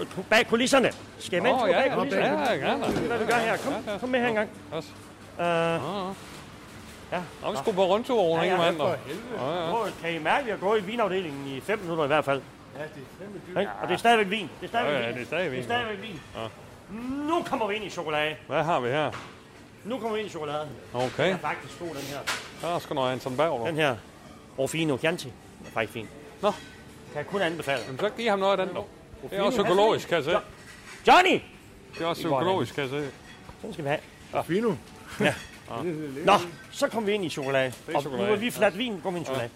Speaker 9: øh, bag kulisserne. Skal jeg med en tur bag
Speaker 4: ja,
Speaker 9: kulisserne?
Speaker 4: ja, gerne.
Speaker 9: Hvad vi gør her? Kom, kom med her engang.
Speaker 4: Også.
Speaker 9: Uh,
Speaker 4: Nå, vi skulle på rundtur over,
Speaker 9: Ja,
Speaker 4: ikke
Speaker 9: ja,
Speaker 4: med
Speaker 9: for
Speaker 4: andre.
Speaker 9: kan I mærke, at jeg går i vinafdelingen i 5 minutter i hvert fald?
Speaker 10: Ja, det er fandme dyrt.
Speaker 9: Ja. Og det er stadigvæk vin. Det er stadigvæk
Speaker 4: Ja, ja,
Speaker 9: vin.
Speaker 4: det er stadigvæk
Speaker 9: det er stadigvæk vin. Nu kommer vi ind i chokolade.
Speaker 4: Hvad har vi her?
Speaker 9: Nu kommer vi ind i chokolade.
Speaker 4: Okay,
Speaker 9: Den er faktisk god, den her.
Speaker 4: der er sgu noget Anton Berg.
Speaker 9: Den her Rufino Chianti. Den er faktisk fin.
Speaker 4: Nå.
Speaker 9: Kan jeg kun anbefale.
Speaker 4: Jamen, så giv ham noget af den, dog. Det er også økologisk, kan jeg se.
Speaker 9: Johnny!
Speaker 4: Det er også økologisk, kan jeg se.
Speaker 9: Sådan skal vi have.
Speaker 10: Fino.
Speaker 9: Nå, så kommer vi ind i chokolade. Og nu
Speaker 4: chokolade.
Speaker 9: er vi flat vin, kommer vi ind i chokolade.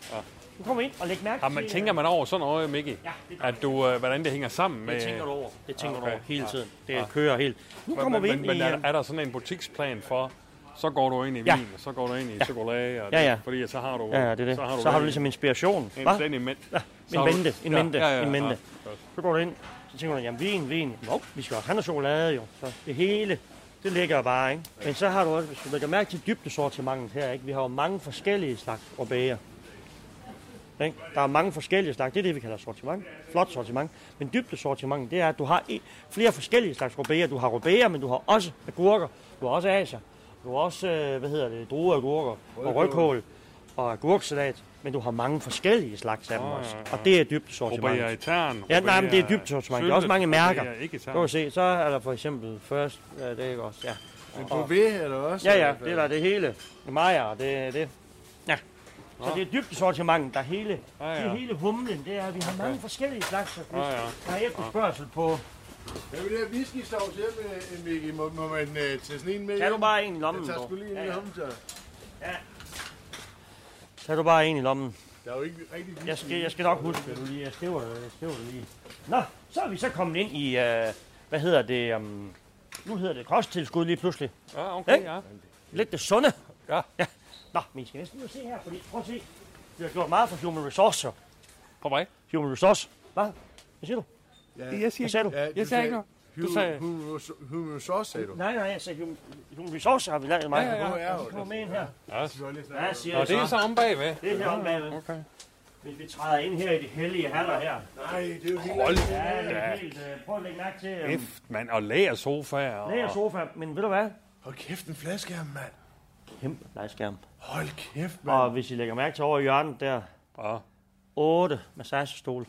Speaker 9: Nu kommer vi ind og læg mærke
Speaker 4: Har man, tænker man over sådan noget, Mikki?
Speaker 9: Ja, det
Speaker 4: At du, øh, hvordan det hænger sammen med...
Speaker 9: Det tænker du over. Det tænker du
Speaker 4: Ah, Okay. Ah.
Speaker 9: over hele tiden. Det kører helt. Nu kommer
Speaker 4: men,
Speaker 9: vi
Speaker 4: men,
Speaker 9: ind
Speaker 4: men
Speaker 9: i...
Speaker 4: er,
Speaker 9: øhm,
Speaker 4: er der sådan en butiksplan for, så går du ind i
Speaker 9: Ja.
Speaker 4: vin, og så går du ind i chokolade, og
Speaker 9: Ja,
Speaker 4: det-
Speaker 9: ja.
Speaker 4: fordi så har du...
Speaker 9: Ja, ja, det er det.
Speaker 4: Så har du,
Speaker 9: så har du
Speaker 4: en-
Speaker 9: ligesom inspiration.
Speaker 4: en
Speaker 9: Hva?
Speaker 4: plan i mænd.
Speaker 9: En mente, en mente,
Speaker 4: ja, ja,
Speaker 9: en mente.
Speaker 4: ja.
Speaker 9: Så går du ind, så tænker du, jamen vin, vin. Nå, vi skal også have noget chokolade jo. Så det hele, det ligger bare, ikke? Men så har du også, hvis du lægger mærke til dybdesortimentet her, ikke? Vi har jo mange forskellige slags rødbæger. Ikke? Der er mange forskellige slags, det er det, vi kalder sortiment. Flot sortiment. Men dybdesortimentet, det er, at du har en, flere forskellige slags rødbæger. Du har rødbæger, men du har også agurker, du har også asier, du har også, øh, hvad hedder det, drueagurker og rødkål og agurksalat. Men du har mange forskellige slags af dem også. Og det er dybdesortimentet.
Speaker 4: Robert Etern.
Speaker 9: Ja, nej, men det er dybt sortiment. Der er også mange mærker.
Speaker 4: Det er ikke
Speaker 9: Du kan
Speaker 4: etern.
Speaker 9: se, så er der for eksempel først, ja, det er ikke også, ja.
Speaker 10: Men Beauvais er der også.
Speaker 9: Ja, ja, det er der det hele. Maja, det er det. Ja. Så det er dybt sortiment, der er hele,
Speaker 4: Ja, ja.
Speaker 9: det er hele humlen, det er, at vi har mange forskellige slags, og hvis
Speaker 4: Ja, ja.
Speaker 9: der er efterspørgsel på.
Speaker 10: Jeg vil have whisky sovs her med, Mikkel. Må, må man uh, tage sådan en med?
Speaker 9: Tag du bare en i
Speaker 10: Jeg
Speaker 9: lommen,
Speaker 10: tager
Speaker 9: dog.
Speaker 10: sgu lige en
Speaker 9: Ja,
Speaker 10: i
Speaker 9: ja.
Speaker 10: ham, så.
Speaker 9: Tag du bare en i lommen.
Speaker 10: Der er jo ikke rigtig whisky.
Speaker 9: Jeg skal, jeg skal nok huske, at du lige, jeg skriver, jeg skriver det lige. Nå, så er vi så kommet ind i, øh, hvad hedder det, um, nu hedder det kosttilskud lige pludselig.
Speaker 4: Ja, okay,
Speaker 9: Ikke?
Speaker 4: ja.
Speaker 9: Lidt det sunde.
Speaker 4: Ja.
Speaker 9: ja. Nå, men I skal næsten ud og se her, fordi prøv at se. Vi har gjort meget for human resources.
Speaker 4: På vej.
Speaker 9: Human resource. Hvad? Hvad siger du?
Speaker 4: Jeg
Speaker 9: Hvad sagde du?
Speaker 10: Ja, du
Speaker 4: Jeg sagde ikke noget. Du sagde-
Speaker 10: Humus- Humus sauce, sagde du.
Speaker 9: Nej, nej, jeg sagde human, human resource har vi lavet meget.
Speaker 4: Ja, ja,
Speaker 10: ja.
Speaker 9: Så kommer med ind her. Hvad siger
Speaker 4: Nå,
Speaker 9: jeg
Speaker 4: det er
Speaker 9: så?
Speaker 4: så om bagved.
Speaker 9: Det er her omme
Speaker 4: Okay.
Speaker 9: Hvis vi træder ind her i de hellige haller her.
Speaker 10: Nej, det er jo helt...
Speaker 4: Hold
Speaker 9: Ja, det er
Speaker 4: da
Speaker 9: helt... øh, prøv at lægge mærke til... Øh,
Speaker 4: kæft, mand. Og lægersofaer. Og...
Speaker 9: Læger sofa, men ved du hvad?
Speaker 10: Hold kæft, en flaske her, mand.
Speaker 9: Kæmpe lejskærm.
Speaker 10: Hold kæft, mand.
Speaker 9: Og hvis I lægger mærke til over i hjørnet der,
Speaker 4: Ja.
Speaker 9: 8 massagestole.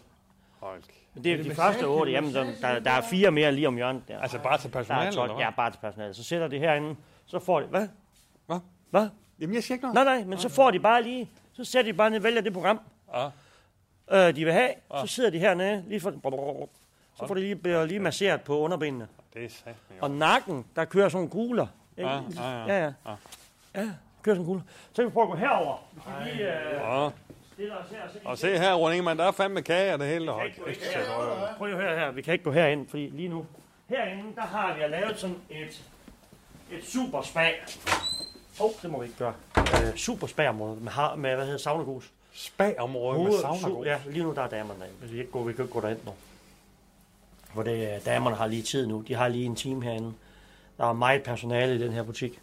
Speaker 4: Hold.
Speaker 9: Men det er, de første 8, jamen der, der, der er fire mere lige om hjørnet der.
Speaker 4: Altså bare til
Speaker 9: Der er
Speaker 4: personalet,
Speaker 9: 12, ja, bare til personalet. Så sætter de herinde, så får de... Hvad?
Speaker 4: Hvad?
Speaker 9: Hvad?
Speaker 4: Jamen, jeg siger ikke noget.
Speaker 9: Nej, nej, men så får de bare lige... Så sætter de bare ned, vælger det program,
Speaker 4: Ja.
Speaker 9: øh, de vil have. Så sidder de hernede, lige for... Så får de lige, bliver lige masseret på underbenene.
Speaker 4: Det er sat.
Speaker 9: Og nakken, der kører sådan nogle kugler. ikke?
Speaker 4: Ja, ja, Ah, ja.
Speaker 9: ja. ja. ja kører sådan nogle kugler. Så kan vi prøve at gå herover. Vi kan lige øh,
Speaker 4: Ja.
Speaker 9: stille os her. Så
Speaker 4: Og se her, Rune Ingemann, der er fandme kage og det hele. Hold.
Speaker 9: Prøv at høre her, vi kan ikke gå herind, fordi lige nu, herinde, der har vi lavet sådan et, et super spa. Åh, oh, det må vi ikke gøre. Øh, super spa-område med, har- med, hvad hedder, saunagus.
Speaker 4: Spagområde med
Speaker 9: Su-
Speaker 4: sauna.
Speaker 9: Ja, lige nu der er damerne derinde. Vi kan ikke gå, vi kan ikke gå derind nu. For det, er- damerne har lige tid nu. De har lige en time herinde. Der er meget personale i den her butik.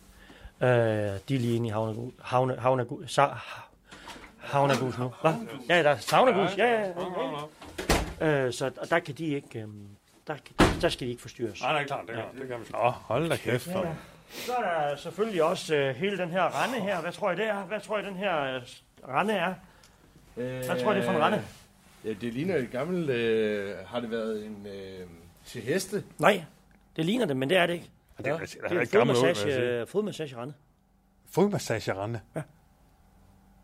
Speaker 9: Øh, de er lige inde i havnagus havne, havnagu, sa, havnagus nu. Hva? Ja, der er saunagus. Ja, ja, ja. Øh, så og der kan de ikke... Øh, der, kan- der skal de ikke forstyrres.
Speaker 4: Nej, det er klart, det, er, det kan vi Åh, hold da kæft. Ja, ja.
Speaker 9: Så er der selvfølgelig også øh, hele den her rende her. Hvad tror I det er? Hvad tror I den her øh, rende er? Hvad tror I det er for en rende?
Speaker 10: Ja, det ligner et gammelt... Øh, har det været en... Øh, til heste?
Speaker 9: Nej, det ligner det, men det er det ikke.
Speaker 4: Det er, det er,
Speaker 9: Det er en fodmassage, fodmassagerende.
Speaker 4: Fodmassagerende. Ja.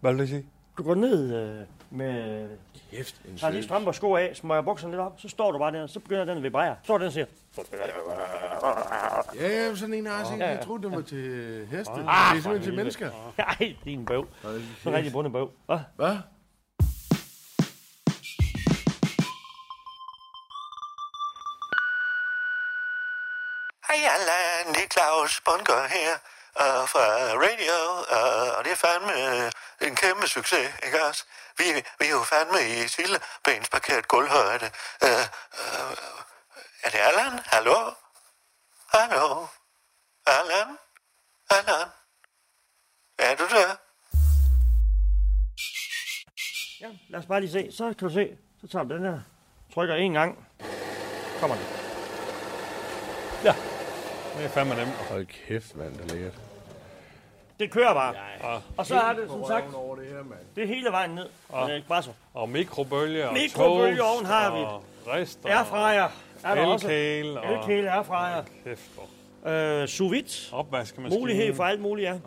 Speaker 4: Hvad vil du sige?
Speaker 9: Du går ned øh, med...
Speaker 10: Kæft, en
Speaker 9: Tager lige
Speaker 10: sød.
Speaker 9: strømper og sko af, smøger bukserne lidt op, så står du bare der, så begynder den at vibrere. Så står den og siger,
Speaker 10: Ja, ja, sådan en har jeg set.
Speaker 9: Ja,
Speaker 10: Jeg
Speaker 9: ja.
Speaker 10: troede, den var til heste. Det
Speaker 9: Ah,
Speaker 10: er simpelthen
Speaker 9: for
Speaker 10: til
Speaker 9: helvede.
Speaker 10: mennesker.
Speaker 9: ej, din bøv. Så rigtig bundet bøv. Hva?
Speaker 10: Hvad?
Speaker 7: Hej Allan, det er Claus Bunker her uh, fra Radio, uh, og det er fandme øh, en kæmpe succes, ikke også? Vi, vi er jo fandme i Øh, sildebensparkeret gulvhøjde. Uh, uh, er det Allan? Hallo? Hallo? Allan? Allan? Er du der?
Speaker 9: Ja, lad os bare lige se. Så kan du se. Så tager du den her. Trykker en gang. Kommer den.
Speaker 4: Det er fandme nemt.
Speaker 5: Hold kæft, mand, det er lækkert.
Speaker 9: Det kører bare. Og så er det, som sagt,
Speaker 10: Over det her, mand.
Speaker 9: det er hele vejen ned. Og det er bare så.
Speaker 4: Og mikrobølger og
Speaker 9: Mikrobølgeovn
Speaker 4: toast,
Speaker 9: har vi.
Speaker 4: Og rister.
Speaker 9: Airfryer er der også.
Speaker 4: Elkæle. Og
Speaker 9: Elkæle, airfryer.
Speaker 4: kæft. Og
Speaker 9: Øh, sous vide.
Speaker 4: opvaskemaskine.
Speaker 9: Mulighed for alt muligt, ja.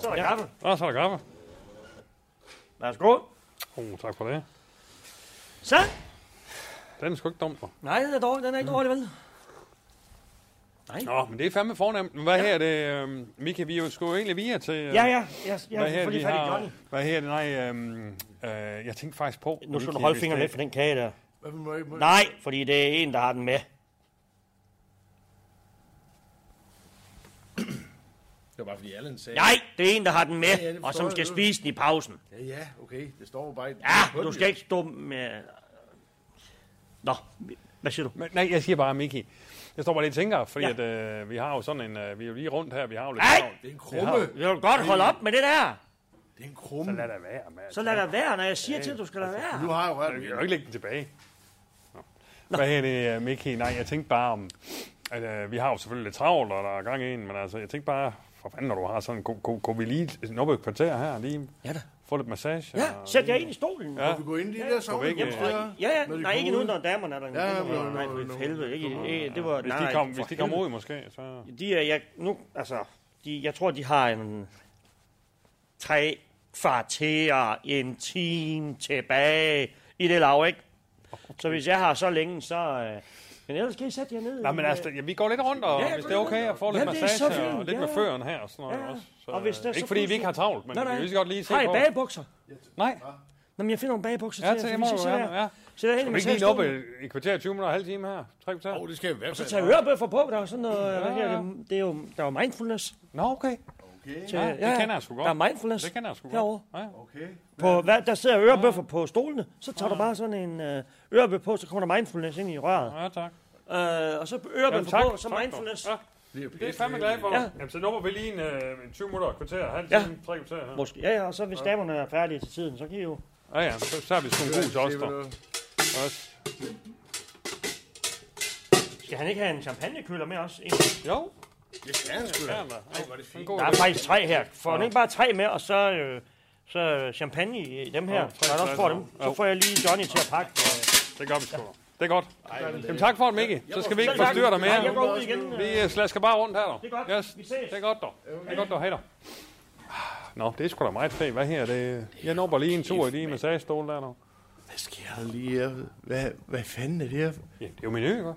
Speaker 9: Så er der kaffe.
Speaker 4: Nå, så er der kaffe.
Speaker 9: Værsgo.
Speaker 4: Oh, tak for det.
Speaker 9: Så.
Speaker 4: Den er sgu ikke dum. hva'?
Speaker 9: Nej, den er dårlig. Den er ikke dårlig, vel?
Speaker 4: Nå, men det er fandme fornemt. Men Hvad her er det, øhm, Mika, vi er jo sgu egentlig videre til... øh,
Speaker 9: Ja, ja. Jeg, jeg,
Speaker 4: Hvad
Speaker 9: jeg
Speaker 4: her,
Speaker 9: får
Speaker 4: vi
Speaker 9: lige fat i
Speaker 4: har,
Speaker 9: Johnny.
Speaker 4: hvad her, nej, øhm, øh, jeg tænkte faktisk på...
Speaker 9: Nu skal du
Speaker 4: Miki,
Speaker 9: holde
Speaker 4: hvis
Speaker 9: fingeren
Speaker 4: det-
Speaker 9: væk fra den kage der.
Speaker 10: Hvad må jeg, må jeg?
Speaker 9: Nej, fordi det er en, der har den med.
Speaker 10: Det var bare fordi Allan sagde.
Speaker 9: Nej, det er en, der har den med,
Speaker 10: ja, det
Speaker 9: og
Speaker 10: forstår
Speaker 9: som skal
Speaker 10: jeg.
Speaker 9: spise den i pausen.
Speaker 10: Ja, ja, okay. Det står jo bare i
Speaker 9: Ja, du skal ikke stå med... Nå, hvad siger du?
Speaker 4: Men, nej, jeg siger bare Miki. Jeg står bare lige og tænker, fordi
Speaker 9: Ja.
Speaker 4: ja. at, øh, vi har jo sådan en... Øh, vi er jo lige rundt her, vi har jo lidt...
Speaker 9: Ej!
Speaker 4: travlt.
Speaker 10: Det er en krumme.
Speaker 9: Jeg vil godt holde op med det der.
Speaker 10: Det er en krumme.
Speaker 4: Lad da være, mand.
Speaker 9: Så lad dig være, når jeg siger til, at du skal lade være.
Speaker 10: Du har jo rørt
Speaker 4: Jeg kan jo ikke lægge den tilbage. Nå. Hvad her det, øh, Miki? Nej, jeg tænkte bare om... At, øh, vi har jo selvfølgelig lidt travlt, og der er gang i en, men altså, jeg tænkte bare... For fanden, når du har sådan en god... god, god vi lige nå på et kvarter her, lige
Speaker 3: Ja da.
Speaker 4: få lidt massage.
Speaker 9: Ja,
Speaker 4: og-
Speaker 9: sæt jer ind i stolen.
Speaker 4: Ja.
Speaker 9: Ja,
Speaker 10: Vi går ind i de der
Speaker 4: væk,
Speaker 10: sovehjem.
Speaker 4: øh,
Speaker 9: ja,
Speaker 10: Når de
Speaker 9: nej, ikke
Speaker 10: kommer
Speaker 9: nu,
Speaker 10: ud.
Speaker 9: når damerne er der.
Speaker 10: Ja,
Speaker 9: Ja,
Speaker 10: men-
Speaker 9: nej, for helvede. Ikke, eh, det var,
Speaker 4: Hvis,
Speaker 9: nej,
Speaker 4: de kom,
Speaker 9: for
Speaker 4: hvis de kom
Speaker 9: helvede.
Speaker 4: ud, måske, så...
Speaker 9: De er, jeg, nu, altså, de, jeg tror, de har en tre kvarter, en time tilbage i det lav, ikke? Så hvis jeg har så længe, så... Øh, men ellers kan I øh, sætte jer ned.
Speaker 4: Nej, men altså, ja, vi går lidt rundt, og
Speaker 9: Ja,
Speaker 4: ja,
Speaker 9: jeg
Speaker 4: hvis
Speaker 9: går
Speaker 4: det er
Speaker 9: lidt
Speaker 4: okay,
Speaker 9: rundt.
Speaker 4: jeg får lidt
Speaker 9: Jamen, det er så
Speaker 4: massage og
Speaker 9: fint,
Speaker 4: lidt
Speaker 9: ja,
Speaker 4: med
Speaker 9: ja.
Speaker 4: føren her og sådan noget
Speaker 9: Ja, ja.
Speaker 4: også. Så,
Speaker 9: Og hvis der
Speaker 4: øh,
Speaker 9: så
Speaker 4: ikke fordi vi ikke har travlt, men
Speaker 9: Nej,
Speaker 4: vi
Speaker 9: nej.
Speaker 4: vil lige så godt lige se
Speaker 9: Har I
Speaker 4: på.
Speaker 9: bagebukser?
Speaker 4: Nej,
Speaker 9: Nå, men jeg finder nogle bagebukser
Speaker 4: ja,
Speaker 9: til
Speaker 4: til
Speaker 9: jer.
Speaker 4: i
Speaker 9: så vi ses
Speaker 4: morgen.
Speaker 9: her.
Speaker 4: Ja, ja.
Speaker 9: Så der er en,
Speaker 4: Kan vi
Speaker 9: man
Speaker 4: ikke
Speaker 9: tager i
Speaker 4: lige nå på
Speaker 9: stolen.
Speaker 4: et- et kvarter, 20 minutter, halv time her? Tre kvarter?
Speaker 10: Åh, det skal i hvert
Speaker 9: Så
Speaker 10: fald.
Speaker 9: tager hørebøffer på, der er sådan noget, ja,
Speaker 4: ja.
Speaker 9: ja. Det, det er jo, der er jo mindfulness.
Speaker 4: Nå, okay.
Speaker 9: Til,
Speaker 4: Ja, det kender jeg sgu godt.
Speaker 9: Der er mindfulness
Speaker 4: Det kender jeg sgu godt.
Speaker 9: herovre.
Speaker 4: Ja.
Speaker 10: Okay.
Speaker 9: På, hvad, der sidder ørebøffer på stolene, så tager du bare sådan en øh, ørebøf på, så kommer der mindfulness ind i røret.
Speaker 4: Ja, tak.
Speaker 9: Øh, og så ørebøffer
Speaker 4: tak,
Speaker 9: på, så
Speaker 4: tak dog.
Speaker 9: mindfulness.
Speaker 4: Ja. Det er fandme glad for.
Speaker 9: Ja.
Speaker 4: Jamen, så nummer vi lige en, øh, en 20 minutter, kvarter, halv
Speaker 9: Ja.
Speaker 4: time, tre kvarter her.
Speaker 9: Måske, ja, ja, og så hvis damerne er færdige til tiden, så kan I jo...
Speaker 4: Ja, ja, så, så har vi sgu en god toster. Også.
Speaker 9: Skal han ikke have en champagnekøler med os? En-
Speaker 4: Jo,
Speaker 10: Det skal han sgu da.
Speaker 4: ja, mand. Ej, en god
Speaker 9: Der er faktisk tre her. Får han ikke bare tre med, og så, øh, så champagne i dem her?
Speaker 4: tre
Speaker 9: Så jeg også får
Speaker 4: flasker.
Speaker 9: dem. Så får jeg lige Johnny til at pakke.
Speaker 4: Det gør vi sgu. Det er godt. Jamen, tak for det, Mikke. Så skal vi ikke
Speaker 9: øh, Selv tak.
Speaker 4: forstyrre dig
Speaker 9: Nej, Jeg går
Speaker 4: mere.
Speaker 9: ud igen. øh.
Speaker 4: Vi øh, slasker bare rundt her, dog.
Speaker 9: Det er godt.
Speaker 4: Yes.
Speaker 9: Vi ses. Øh,
Speaker 4: Det er godt, dog. Det er godt, dog. Hej, dog. Nå, det er sgu da meget fedt. Hvad her? Det, jeg når bare lige en tur i de massagestole der, dog.
Speaker 10: Hvad sker der lige her? Hvad, hvad fanden er det her?
Speaker 4: Ja, det er jo menu, ikke?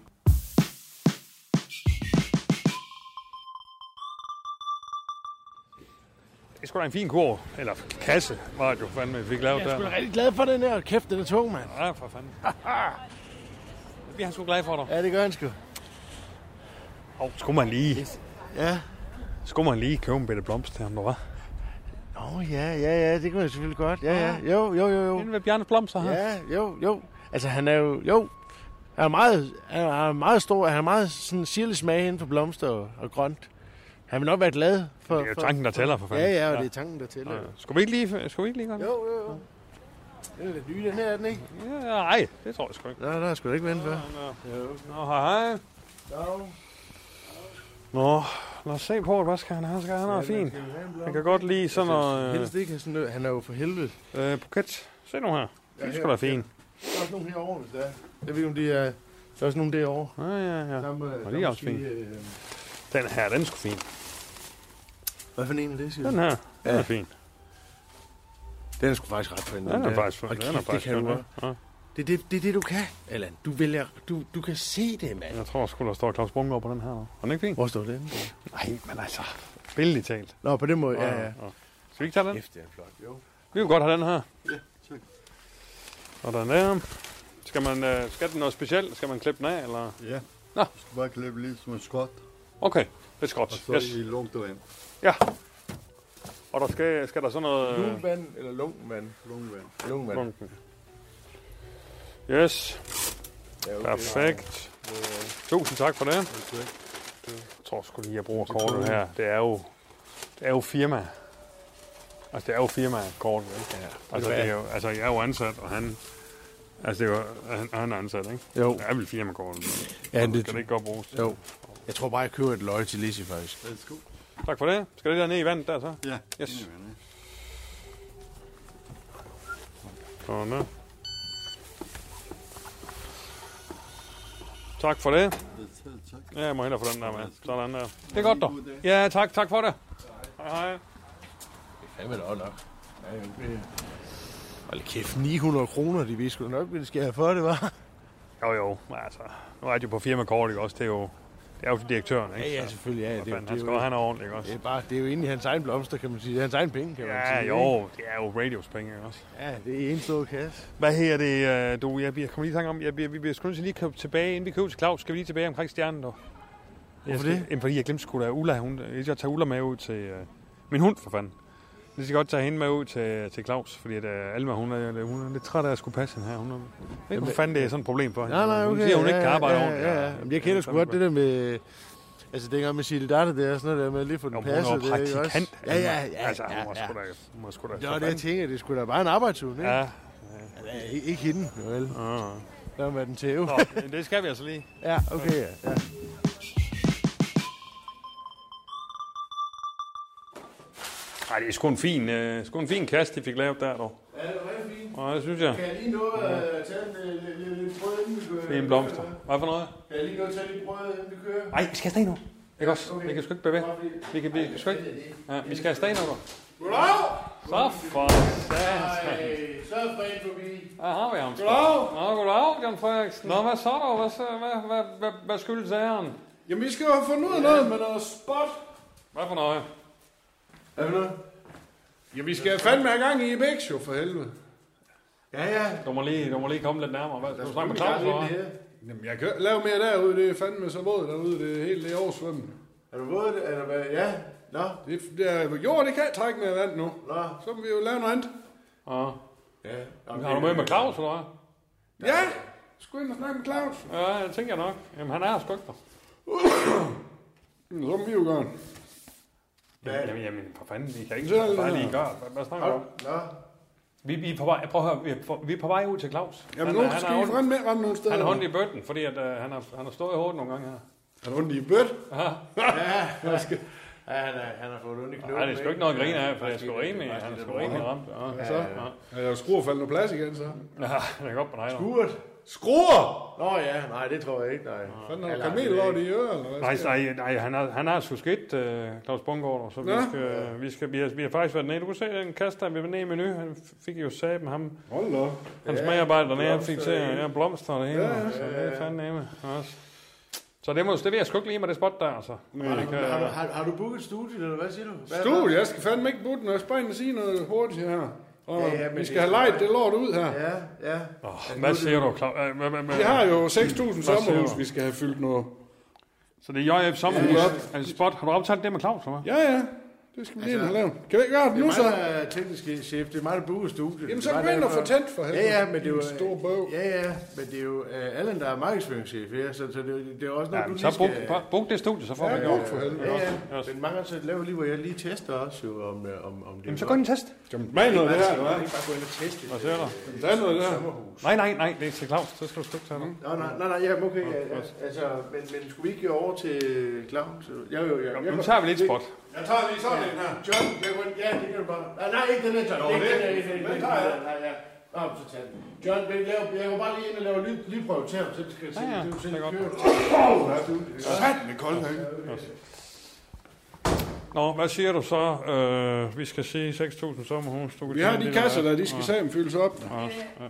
Speaker 4: Det er sgu da en fin kurv. Eller kasse, var det jo fandme, vi fik lavet
Speaker 5: Jeg er sgu da
Speaker 4: der.
Speaker 5: rigtig glad for den her. Kæft, den er tung, mand.
Speaker 4: Ja, for fanden. <laughs> Vi er sgu glade for dig.
Speaker 5: Ja, det gør han sgu.
Speaker 4: Og skulle man lige,
Speaker 5: Ja.
Speaker 4: skulle man lige købe en bitte blomst til ham, der var?
Speaker 5: Nå, ja, ja, ja, det kunne jeg selvfølgelig godt. Ja, ja, jo, jo, jo, jo.
Speaker 4: Inden ved Bjarnes blomster her.
Speaker 5: Ja, jo, jo. Altså, han er jo, jo. Han er meget, han er meget stor, han har meget sådan sirlig smag inden for blomster og, og grønt. Han vil nok være glad for...
Speaker 4: Det er jo tanken, der tæller for
Speaker 5: for,
Speaker 4: fanden.
Speaker 5: Ja, ja, og det er tanken, der tæller.
Speaker 4: Ja. Skulle vi ikke lige, skulle vi ikke lige gøre det?
Speaker 5: Jo, jo, jo. Den er lidt ny, den her, er den ikke?
Speaker 4: Ja, nej, det tror jeg sgu ikke.
Speaker 5: Nå, der er sgu da ikke vandet før.
Speaker 4: Nå, hej, hej. Nå, lad os se på, hvad skal han have? Skal han have fint? Han kan godt lide sådan noget
Speaker 5: Helst ikke have sådan noget. Han er jo for helvede.
Speaker 4: øh, øh, buket. Se nu her. Det er sgu da
Speaker 5: her.
Speaker 4: fint.
Speaker 5: Der er også nogen herovre, hvis det er. Jeg ved ikke, om de er... Der er også nogen derovre.
Speaker 4: Ja, ja, ja.
Speaker 5: Der må,
Speaker 4: de er også fine.
Speaker 5: Øh,
Speaker 4: Den her, den er sgu fin.
Speaker 10: Hvad for en er det, siger
Speaker 4: Den
Speaker 10: du?
Speaker 4: her, den
Speaker 10: Ja.
Speaker 4: er fin.
Speaker 10: Den er sgu faktisk ret fin.
Speaker 4: Den er
Speaker 10: der.
Speaker 4: faktisk,
Speaker 10: Hold
Speaker 4: den er
Speaker 10: kæft, det
Speaker 4: faktisk
Speaker 10: kan du
Speaker 4: skøn.
Speaker 10: godt.
Speaker 4: Ja.
Speaker 10: Det er det, det, er det, du kan, Allan. Du vælger, du, du kan se det, mand.
Speaker 4: Jeg tror sgu, der står Claus Bunker på den her. nu. Er den ikke fin?
Speaker 5: hvor står den?
Speaker 4: Nej, men altså, billigt talt.
Speaker 5: Nå, på den måde, ja, ja.
Speaker 10: Ah,
Speaker 4: Skal vi ikke tage den?
Speaker 10: Kæft, det er flot. Jo.
Speaker 4: Vi vil godt have den her.
Speaker 10: Ja, tak.
Speaker 4: Og den der. Skal, man, øh, skal den noget specielt? Skal man klippe den af? Eller?
Speaker 11: Ja.
Speaker 4: Nå.
Speaker 11: Du skal bare klippe lidt som et skot,
Speaker 4: Okay, det er skråt.
Speaker 11: og så
Speaker 4: Yes.
Speaker 11: yes. i lungt vand.
Speaker 4: Og der skal, skal der sådan noget... øh,
Speaker 10: Lungvand eller lungvand?
Speaker 11: Lungt vand.
Speaker 10: Lungvand.
Speaker 4: bunken. Yes,
Speaker 10: Ja, okay.
Speaker 4: perfekt. Tusind tak for det.
Speaker 11: Okay.
Speaker 4: Jeg tror sgu lige, jeg bruger kortet her. Det er jo, det er jo firma. Altså, det er jo firma kortet, ikke? Ja. Altså, det er jo, altså, jeg er jo ansat, og han... Altså, det er jo, han, han er ansat, ikke?
Speaker 5: Jo.
Speaker 4: Det er vel firmakortet.
Speaker 5: Ja,
Speaker 4: Hvorfor
Speaker 5: det-
Speaker 4: Skal det ikke godt bruges?
Speaker 5: Jo. Jeg tror bare, jeg køber et løg til Lizzie, faktisk.
Speaker 12: Værsgo.
Speaker 4: Tak for det. Skal det der ned i vandet der, så?
Speaker 12: Ja.
Speaker 4: Yes. Sådan der. Tak for det. Ja, jeg må hellere få den der med. Sådan der. Det er godt, dog. Ja, tak. Tak for det. Hej, hej.
Speaker 5: Ja, men også nok. Ja, jo, det- Hold kæft, 900 kroner, de vidste sgu nok, hvad de skal have for det, var.
Speaker 4: Jo, jo. men Altså, nu er det jo på firmakort, ikke også? Det er jo, det er jo direktøren, ikke?
Speaker 5: Ja, ja, selvfølgelig. Ja,
Speaker 4: det, fanden, han skal jo have noget ordentligt, ikke også?
Speaker 5: Det er, bare, det er jo egentlig hans egen blomster, kan man sige. Det er hans egen penge, kan man
Speaker 4: Ja,
Speaker 5: sige.
Speaker 4: jo.
Speaker 5: ikke?
Speaker 4: Det er jo radios penge, ikke også?
Speaker 5: Ja, det er en stor kasse.
Speaker 4: Hvad her det, øh, du? Jeg bliver, kommer lige i tanke om, jeg bliver, vi bliver sgu nødt til lige at købe tilbage, inden vi køber til Claus. Skal vi lige tilbage omkring stjernen, dog? Jeg
Speaker 5: Hvorfor
Speaker 4: skal-
Speaker 5: det?
Speaker 4: Jamen, fordi jeg glemte sgu da Ulla. Hun, jeg skal tage Ulla med ud til øh, min hund, for fanden. Jeg skal godt tage hende med ud til, til Claus, fordi at, øh, Alma, hun er, hun er lidt træt af at skulle passe hende her. Hun er, jeg ved ikke,
Speaker 5: Jamen,
Speaker 4: hvor fanden det er sådan et problem for hende.
Speaker 5: Nej, nej, okay.
Speaker 4: Hun siger, hun
Speaker 5: ja,
Speaker 4: ikke kan arbejde
Speaker 5: ja,
Speaker 4: ordentligt.
Speaker 5: Ja, ja. Jamen, jeg kender sgu godt det der med... Altså, dengang med Silje Darte der og sådan noget der med at lige få den
Speaker 4: Jamen, hun
Speaker 5: passet.
Speaker 4: er jo
Speaker 5: det er ikke også?
Speaker 4: praktikant.
Speaker 5: Ja, ja, ja.
Speaker 4: Altså,
Speaker 5: ja,
Speaker 4: hun var
Speaker 5: ja.
Speaker 4: sgu da... Hun var sgu da...
Speaker 5: Det var det, jeg tænker. Det skulle da bare en arbejdsuge, ikke?
Speaker 4: Ja.
Speaker 5: Ja, ikke- ikke hende, jo vel.
Speaker 4: Uh.
Speaker 5: Der var den tæve.
Speaker 4: Nå, det skal vi altså lige.
Speaker 5: Ja, okay, ja. ja.
Speaker 4: Ej, det er sgu en fin, øh, sgu en fin kast, de fik lavet der, dog.
Speaker 5: Ja, det var rigtig fint.
Speaker 4: Og det synes jeg.
Speaker 5: Kan jeg lige nå at tage en øh, lidt- lidt brød, inden vi kører?
Speaker 4: Det er en blomster. Hvad for noget?
Speaker 5: Kan jeg lige nå at tage lidt brød, inden vi kører?
Speaker 4: Nej, vi skal afsted nu. Ikke også? Vi kan sgu ikke bevæge. Vi kan, vi kan sgu ikke. Ja, vi skal afsted nu. du.
Speaker 5: Goddag!
Speaker 4: Så for satan.
Speaker 5: Ej, så er Fred forbi.
Speaker 4: Der har vi ham. sgu.
Speaker 5: Goddag.
Speaker 4: Nå, goddag, John Frederiksen. Nå, hvad så dog? Hvad, så- hvad, hvad, hvad, hvad skyldes æren?
Speaker 5: Jamen, vi skal jo have fundet ud af noget med noget spot.
Speaker 4: Hvad for noget?
Speaker 5: Er vi noget?
Speaker 6: Ja, vi skal fandme have gang i Ibex jo, for helvede.
Speaker 5: Ja, ja.
Speaker 4: Du må lige, du må lige komme lidt nærmere. Hvad skal du snakke med
Speaker 6: komme
Speaker 4: Claus
Speaker 6: i gang
Speaker 4: for?
Speaker 6: i det Jamen, jeg kan ikke lave mere derude, det er fandme så våd derude, det er helt det oversvømmet.
Speaker 5: Er du våd? Er du, ja, nå.
Speaker 6: Det, det er, jo, det kan trække mere vand nu.
Speaker 5: Nå.
Speaker 6: Så må vi jo lave noget andet.
Speaker 4: Ja.
Speaker 5: Ja.
Speaker 4: Jamen, Har du mødt med Claus, eller hvad?
Speaker 6: Ja, sgu ind og snakke med Claus.
Speaker 4: Ja, jeg tænker nok. Jamen, han er sgu ikke der.
Speaker 6: Nå, Så må vi jo gøre det.
Speaker 4: Jamen, jamen, jamen, for fanden, vi kan ikke
Speaker 6: Så-
Speaker 4: bare lige gøre. Hvad, hvad snakker du om?
Speaker 5: Nå.
Speaker 4: Vi, vi er på vej, prøv at høre, vi er på, vi er på vej ud til Claus.
Speaker 6: Jamen,
Speaker 4: Han-
Speaker 6: nu
Speaker 4: han
Speaker 6: skal
Speaker 4: er
Speaker 6: I
Speaker 4: ondt.
Speaker 6: frem med at rende nogle steder.
Speaker 4: Han har ondt i bøtten, fordi at, øh, han, har, han har stået i hovedet nogle gange her.
Speaker 6: Har du ondt i bødt?
Speaker 4: Ja.
Speaker 5: Ja, han, er, han har fået ondt i knuden.
Speaker 4: Nej, det er sgu ikke noget at grine af, for det er sgu
Speaker 5: Faktisk ikke.
Speaker 4: rimelig, han er
Speaker 5: Faktisk
Speaker 4: sgu
Speaker 5: lidt
Speaker 4: rimelig
Speaker 5: hårdt.
Speaker 4: ramt. Ja,
Speaker 6: Ja,
Speaker 4: ja,
Speaker 6: så.
Speaker 4: ja.
Speaker 6: Ja, jeg skruer faldet noget plads igen, så.
Speaker 4: Ja, det er godt på dig. dog.
Speaker 5: Skurt.
Speaker 6: Skruer?
Speaker 5: Nå ja, nej, det tror jeg ikke, nej.
Speaker 6: Fanden har du
Speaker 5: Eller-
Speaker 6: kamel over det i øret, eller hvad?
Speaker 4: Nej,
Speaker 6: sker der?
Speaker 4: nej, nej, han har, han har sgu skidt, øh, Claus Bungård, så vi
Speaker 6: Nå.
Speaker 4: skal, vi, skal, vi, har, vi har faktisk været nede. Du kan se den kast, der vi var nede i menu, han fik jo saben ham.
Speaker 6: Hold da. op.
Speaker 4: Hans ja, medarbejder dernede, han fik til
Speaker 6: blomster
Speaker 4: at
Speaker 6: i.
Speaker 4: ja, blomster og det hele.
Speaker 6: Ja,
Speaker 4: Ja, så det er fandme nemme. Også. Så det, må, det vil jeg sgu ikke lige med det spot der, altså. Men det kan,
Speaker 5: Har du, har, har du booket studiet, eller hvad siger du? Hvad,
Speaker 6: Stol, jeg skal fandme ikke butte, når jeg springer og sige noget hurtigt her. Og
Speaker 5: Ja, ja,
Speaker 6: ja,
Speaker 5: men
Speaker 6: vi
Speaker 5: det-
Speaker 6: skal have lejet det lort ud her.
Speaker 5: Ja, ja.
Speaker 4: Åh, hvad siger du, Claus? Øh, hvad- hvad- hvad-
Speaker 6: Vi har jo 6.000
Speaker 4: Hvad siger
Speaker 6: sommerhus,
Speaker 4: du?
Speaker 6: vi skal have fyldt noget.
Speaker 4: Så det er JF Sommerhus.
Speaker 6: Ja,
Speaker 4: Ja, altså spot. Har du optaget det med Claus, eller hvad?
Speaker 6: Ja, ja. Det skal vi lige have lavet. Kan vi ikke gøre det
Speaker 5: Det er
Speaker 6: nu
Speaker 5: mig,
Speaker 6: så?
Speaker 5: der er teknisk chef. Det er mig, der booker studiet.
Speaker 6: Jamen,
Speaker 5: Det
Speaker 6: så
Speaker 5: er mig,
Speaker 6: gå ind
Speaker 5: der-
Speaker 6: og få tændt for helvede.
Speaker 5: Ja, ja, men det er jo...
Speaker 6: Din store bøv.
Speaker 5: Ja, ja, men det er jo uh, Allan, der er markedsføringschef her, så, så det, er jo- det er også noget,
Speaker 4: Ja,
Speaker 5: du
Speaker 4: men
Speaker 5: lige
Speaker 4: så
Speaker 5: skal... Øh,
Speaker 4: buk, bu- buk det studie, så får
Speaker 6: Ja,
Speaker 4: vi det.
Speaker 6: god for helvede.
Speaker 5: Ja, ja, men mange gange så laver jeg lige, hvor jeg lige tester også jo, om, øh, om, om det
Speaker 4: Jamen, så gå ind i test.
Speaker 6: Jamen, smag noget af det her,
Speaker 5: Jeg
Speaker 6: eller hvad?
Speaker 5: kan ikke bare gå ind og teste
Speaker 4: Hvad siger du?
Speaker 6: Der er noget af det her.
Speaker 5: sommerhus.
Speaker 4: Nej, nej, nej, det er til Claus. Så skal du sgu ikke tage noget.
Speaker 5: Nå, nej, nej, nej, ja, okay, ja, ja, altså, men, men skulle vi ikke over til Claus? Jeg, jeg, jeg, jeg,
Speaker 4: Nu tager vi lidt spot.
Speaker 6: Jeg tager lige sådan en her.
Speaker 5: John, jeg går ind. Ja, det kan du bare. Nej, nej, ikke den her, John.
Speaker 6: Nå,
Speaker 5: ikke
Speaker 6: det-
Speaker 5: den her, ikke den her.
Speaker 6: den
Speaker 5: ikke
Speaker 6: tager jeg.
Speaker 5: den her, Nej, ja. Nå, så tag den. John, jeg, laver, jeg går bare lige ind og laver lyd, lydprøve til ham, så skal jeg se,
Speaker 4: Ja, ja,
Speaker 5: ja, du selv
Speaker 4: det er godt.
Speaker 5: kører.
Speaker 6: Satan, det er koldt herinde.
Speaker 4: Nå, hvad siger du så? Øh, vi skal se 6.000 sommerhus. Du kan
Speaker 6: Vi
Speaker 4: tage
Speaker 6: har
Speaker 4: en
Speaker 6: de
Speaker 4: lille
Speaker 6: kasser
Speaker 4: vær.
Speaker 6: der, de skal sammen fyldes op.
Speaker 4: Ja, også, ja.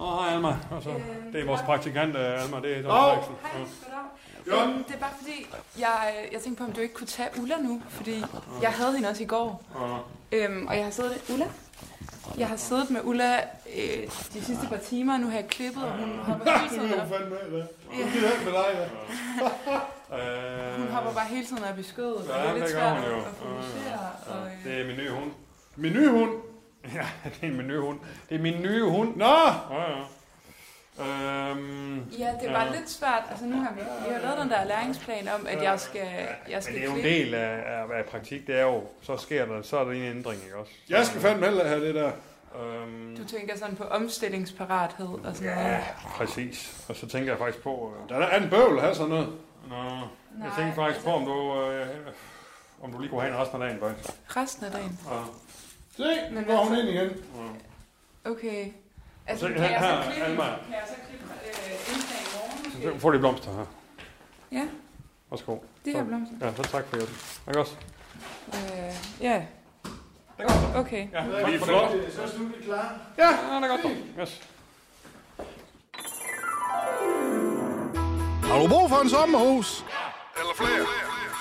Speaker 4: Åh, hej Alma. Og så, det er vores praktikant, øh, Alma. Det er John
Speaker 6: Åh.
Speaker 4: Frederiksen.
Speaker 9: Hej,
Speaker 4: Ja.
Speaker 9: goddag. Øhm, det er bare fordi, jeg, øh, jeg tænkte på, om du ikke kunne tage Ulla nu, fordi jeg havde hende også i går,
Speaker 4: Ja.
Speaker 9: øhm, og jeg har siddet Ulla. Jeg har siddet med Ulla øh, de sidste par timer, og nu har jeg klippet, og hun hopper hele tiden op.
Speaker 6: fandme af, hvad?
Speaker 9: Ja.
Speaker 6: Det er med dig, hvad?
Speaker 4: <laughs> Øh,
Speaker 9: Hun hopper bare hele tiden op i skødet, og det
Speaker 4: Ja,
Speaker 9: er lidt
Speaker 4: det gør
Speaker 9: svært
Speaker 4: hun jo.
Speaker 9: at fokusere. Og, øh,
Speaker 4: Det er min nye hund. <laughs>
Speaker 6: Min nye hund.
Speaker 4: Ja, det er min nye hund. Det er min nye hund.
Speaker 6: Nå,
Speaker 4: Ja, ja. Øhm,
Speaker 13: Ja, det var lidt svært. Altså nu har vi, vi har lavet den der læringsplan om, at jeg skal, jeg skal
Speaker 4: Men det er jo en
Speaker 13: klippe.
Speaker 4: del af, af, af praktik, det er jo, så sker der, så er der en ændring, ikke også?
Speaker 14: Jeg skal fandme heller have det der.
Speaker 4: Øhm,
Speaker 13: Du tænker sådan på omstillingsparathed og sådan noget.
Speaker 4: ja, præcis. Og så tænker jeg faktisk på... Øh,
Speaker 14: Der er en bøvl at have sådan noget.
Speaker 4: Nå, jeg tænker faktisk på, om du, øh, om du lige kunne have en resten af dagen, faktisk.
Speaker 13: Resten af dagen.
Speaker 4: Ja.
Speaker 14: Se,
Speaker 13: Men
Speaker 14: nu går hun
Speaker 13: hvad
Speaker 14: ind
Speaker 13: så?
Speaker 14: igen.
Speaker 13: Okay. Altså,
Speaker 4: Så-
Speaker 13: kan jeg
Speaker 4: her-
Speaker 13: så klippe,
Speaker 4: Alma.
Speaker 13: kan jeg så klippe øh, indslag i morgen?
Speaker 4: Så får de blomster her.
Speaker 13: Ja.
Speaker 4: Værsgo.
Speaker 13: Det her blomster.
Speaker 4: Ja, så tak for hjælpen. Ikke også?
Speaker 13: Øh, ja. Okay.
Speaker 4: Ja,
Speaker 14: det er
Speaker 4: tak for
Speaker 14: flot.
Speaker 4: det.
Speaker 14: Så er vi klar.
Speaker 4: Ja, ja det er godt. dog. Yes.
Speaker 15: Har du brug for en sommerhus?
Speaker 14: Eller flere.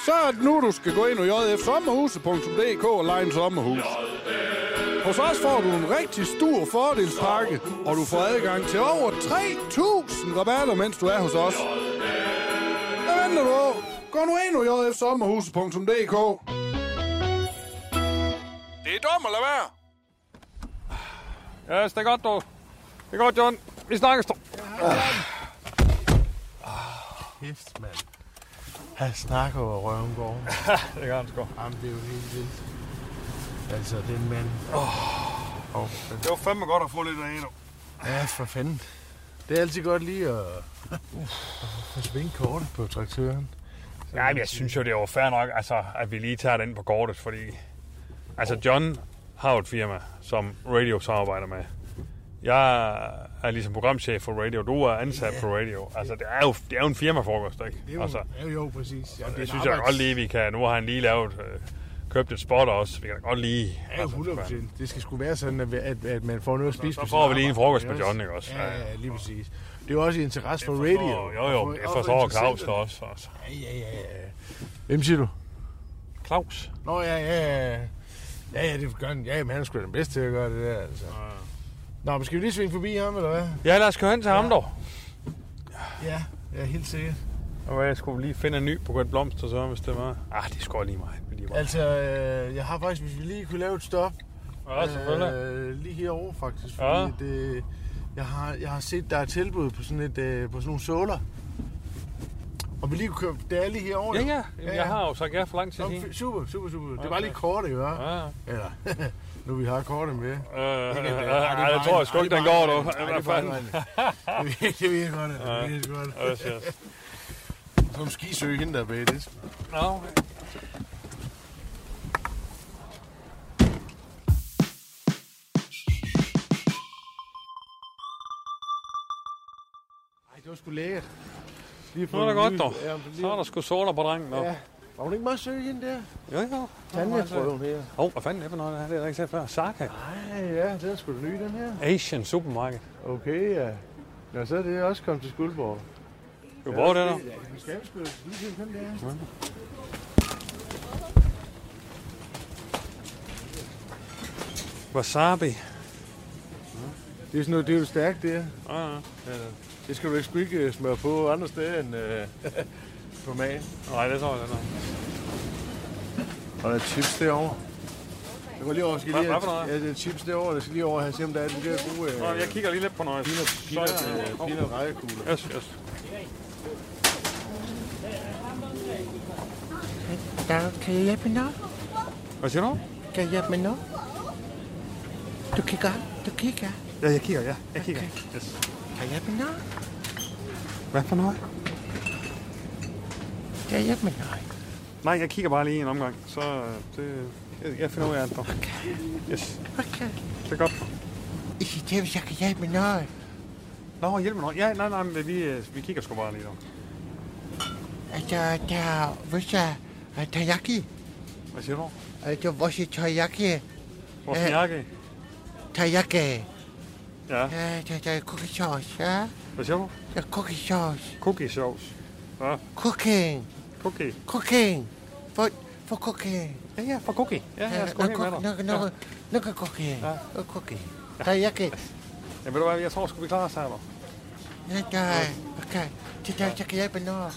Speaker 15: Så er det nu, du skal gå ind på jfsommerhuse.dk og lege en sommerhus. Hos os får du en rigtig stor fordelspakke, og du får adgang til over 3.000 rabatter, mens du er hos os. Hvad venter du på? Gå nu ind på jfsommerhuse.dk.
Speaker 4: Det er dumt at lade være. Ja, yes, det er godt, dog. Det er godt, John. Vi snakkes, dog.
Speaker 5: Kæft, mand. Han snakker over røven går.
Speaker 4: det gør han sgu.
Speaker 5: Jamen, <laughs> det er jo helt vildt. Altså, den mand.
Speaker 14: Åh.
Speaker 5: Oh.
Speaker 14: Det var fandme godt at få lidt af en.
Speaker 5: Ja, for fanden. Det er altid godt lige <laughs> at, at få svinget kortet på traktøren.
Speaker 4: Ja, men jeg synes jo, det er jo fair nok, altså, at vi lige tager den på kortet, fordi... Altså, John har jo et firma, som Radio samarbejder med. Jeg er ligesom programchef for Radio. Du er ansat på Radio. Altså, det er jo, det er jo en firmafrokost, ikke?
Speaker 5: Det er jo,
Speaker 4: altså,
Speaker 5: ja, jo præcis. Ja,
Speaker 4: Og
Speaker 5: det er en
Speaker 4: det synes jeg
Speaker 5: arbejds-
Speaker 4: godt lige, vi kan. Nu har han lige lavet, øh, købt et spot også. Vi kan da godt Altså, lige...
Speaker 5: Ja, 100%. Det skal sgu være sådan, at, at, at man får noget at spise.
Speaker 4: så
Speaker 5: på sit
Speaker 4: får vi lige en
Speaker 5: arbejde,
Speaker 4: frokost med
Speaker 5: ikke
Speaker 4: John, ikke også?
Speaker 5: Ja, ja, ja, lige præcis. Det er jo også i interesse for radio.
Speaker 4: Og, jo, jo,
Speaker 5: Og
Speaker 4: det
Speaker 5: og
Speaker 4: forstår Claus
Speaker 5: interessenterne.
Speaker 4: da også. Altså.
Speaker 5: Ja, ja, ja. Hvem siger du?
Speaker 4: Claus.
Speaker 5: Nå, ja, ja, ja. Ja, ja, det gør han. Ja, men han er sgu da den bedste til at gøre det der, altså. Nå, men skal vi lige svinge forbi ham, eller hvad?
Speaker 4: Ja, lad os køre hen til ja. ham dog.
Speaker 5: Ja, ja, helt sikkert.
Speaker 4: Og hvad, jeg skulle lige finde en ny på et blomster, så, hvis det var... Ah, det skulle lige mig. Lige mig.
Speaker 5: Altså, øh, jeg har faktisk, hvis vi lige kunne lave et stop.
Speaker 4: Ja, selvfølgelig.
Speaker 5: Øh, lige herovre, faktisk. Fordi
Speaker 4: Ja.
Speaker 5: ja. det, jeg, har, jeg har set, der er tilbud på sådan, et, øh, på sådan nogle såler. Og vi lige kunne købe, det er lige herovre.
Speaker 4: Ja, ja. Jamen, Jeg har jo sagt ja for lang tid
Speaker 5: Nå,
Speaker 4: siden.
Speaker 5: fe- Super, super, super. Det
Speaker 4: Ja,
Speaker 5: er bare lige
Speaker 4: tak.
Speaker 5: kortet, ikke? hva'?
Speaker 4: Ja, ja.
Speaker 5: Eller, <laughs> nu vi har kortet med.
Speaker 4: Øh, øh, øh, ej, jeg tror sgu ikke, den går, du. Hvad fanden?
Speaker 5: Det ved <laughs> jeg godt, det
Speaker 4: Ja.
Speaker 5: ved jeg
Speaker 4: Ja,
Speaker 5: godt.
Speaker 4: det ser jeg.
Speaker 5: Som skisøge hende der bag det.
Speaker 4: Nå,
Speaker 5: Ej, det var sgu lækkert. Lige
Speaker 4: Nu er der godt, dog. Så er der sgu sorter på drengen, dog.
Speaker 5: Ja. Var hun ikke meget søg hende der?
Speaker 4: Jo, jo.
Speaker 5: Fanden, jeg prøver den her.
Speaker 4: Åh, hvad fanden er det for noget? Det her? Det har jeg ikke set før. Saka.
Speaker 5: Ja, ja, den er sgu da ny, den her.
Speaker 4: Asian Supermarket.
Speaker 5: Okay, ja. Nå, så er det også kommet til Skuldborg.
Speaker 4: Du bruger det, der?
Speaker 5: Ja, det skal vi sgu. Lige se, hvem det er.
Speaker 4: Wasabi.
Speaker 5: Det er sådan noget, det er jo stærkt, det her.
Speaker 4: Ja, ja.
Speaker 5: Det skal du ikke sgu ikke øh, smøre på andre steder end øh, <laughs> på magen.
Speaker 4: Nej, det tror jeg, den er.
Speaker 5: Og der er chips derovre. Jeg går lige over, skal
Speaker 4: Hvad-
Speaker 5: lige
Speaker 4: hvad for noget?
Speaker 5: Ja, det er chips derovre, jeg skal lige over her og se, om der er den der gode...
Speaker 4: Nå, jeg kigger lige lidt på noget.
Speaker 5: Peanut, peanut,
Speaker 4: Så, øh,
Speaker 5: øh, peanut rejekugler.
Speaker 4: Yes, yes.
Speaker 5: Kan jeg hjælpe noget?
Speaker 4: Hvad siger du?
Speaker 5: Kan jeg hjælpe med noget? Du kigger, du kigger.
Speaker 4: Ja, jeg kigger, ja. Jeg kigger. Yes.
Speaker 5: Kan jeg hjælpe med noget?
Speaker 4: Hvad for noget?
Speaker 5: Kan jeg hjælpe med noget?
Speaker 4: Nej, jeg kigger bare lige en omgang. Så øh, det, jeg, jeg finder ud af det. dog. Yes.
Speaker 5: Okay.
Speaker 4: Det er godt.
Speaker 5: I siger, det er, hvis jeg kan hjælpe med noget.
Speaker 4: Nå, hjælp mig noget. Ja, nej, nej, men vi, øh, vi kigger sgu bare lige dog.
Speaker 5: Altså, der hvis jeg er teriyaki.
Speaker 4: Hvad siger du?
Speaker 5: Altså, vores teriyaki.
Speaker 4: Vores jakke.
Speaker 5: Teriyaki.
Speaker 4: Ja.
Speaker 5: Ja, der, der er cookie sauce, ja.
Speaker 4: Hvad siger du?
Speaker 5: Der er cookie sauce.
Speaker 4: Cookie sauce. Ja.
Speaker 5: Cooking.
Speaker 4: Cookie.
Speaker 5: Cooking. For, for cooking.
Speaker 4: Ja, ja, for cookie. Ja, ja, jeg skal helt med dig.
Speaker 5: Nok,
Speaker 4: Ja.
Speaker 5: nok, nok cooking. Nok cooking. Teriyaki.
Speaker 4: Ja, ved du hvad, jeg tror sgu, vi klarer os her dog.
Speaker 5: Ja, der, okay. Det der, jeg kan hjælpe med noget.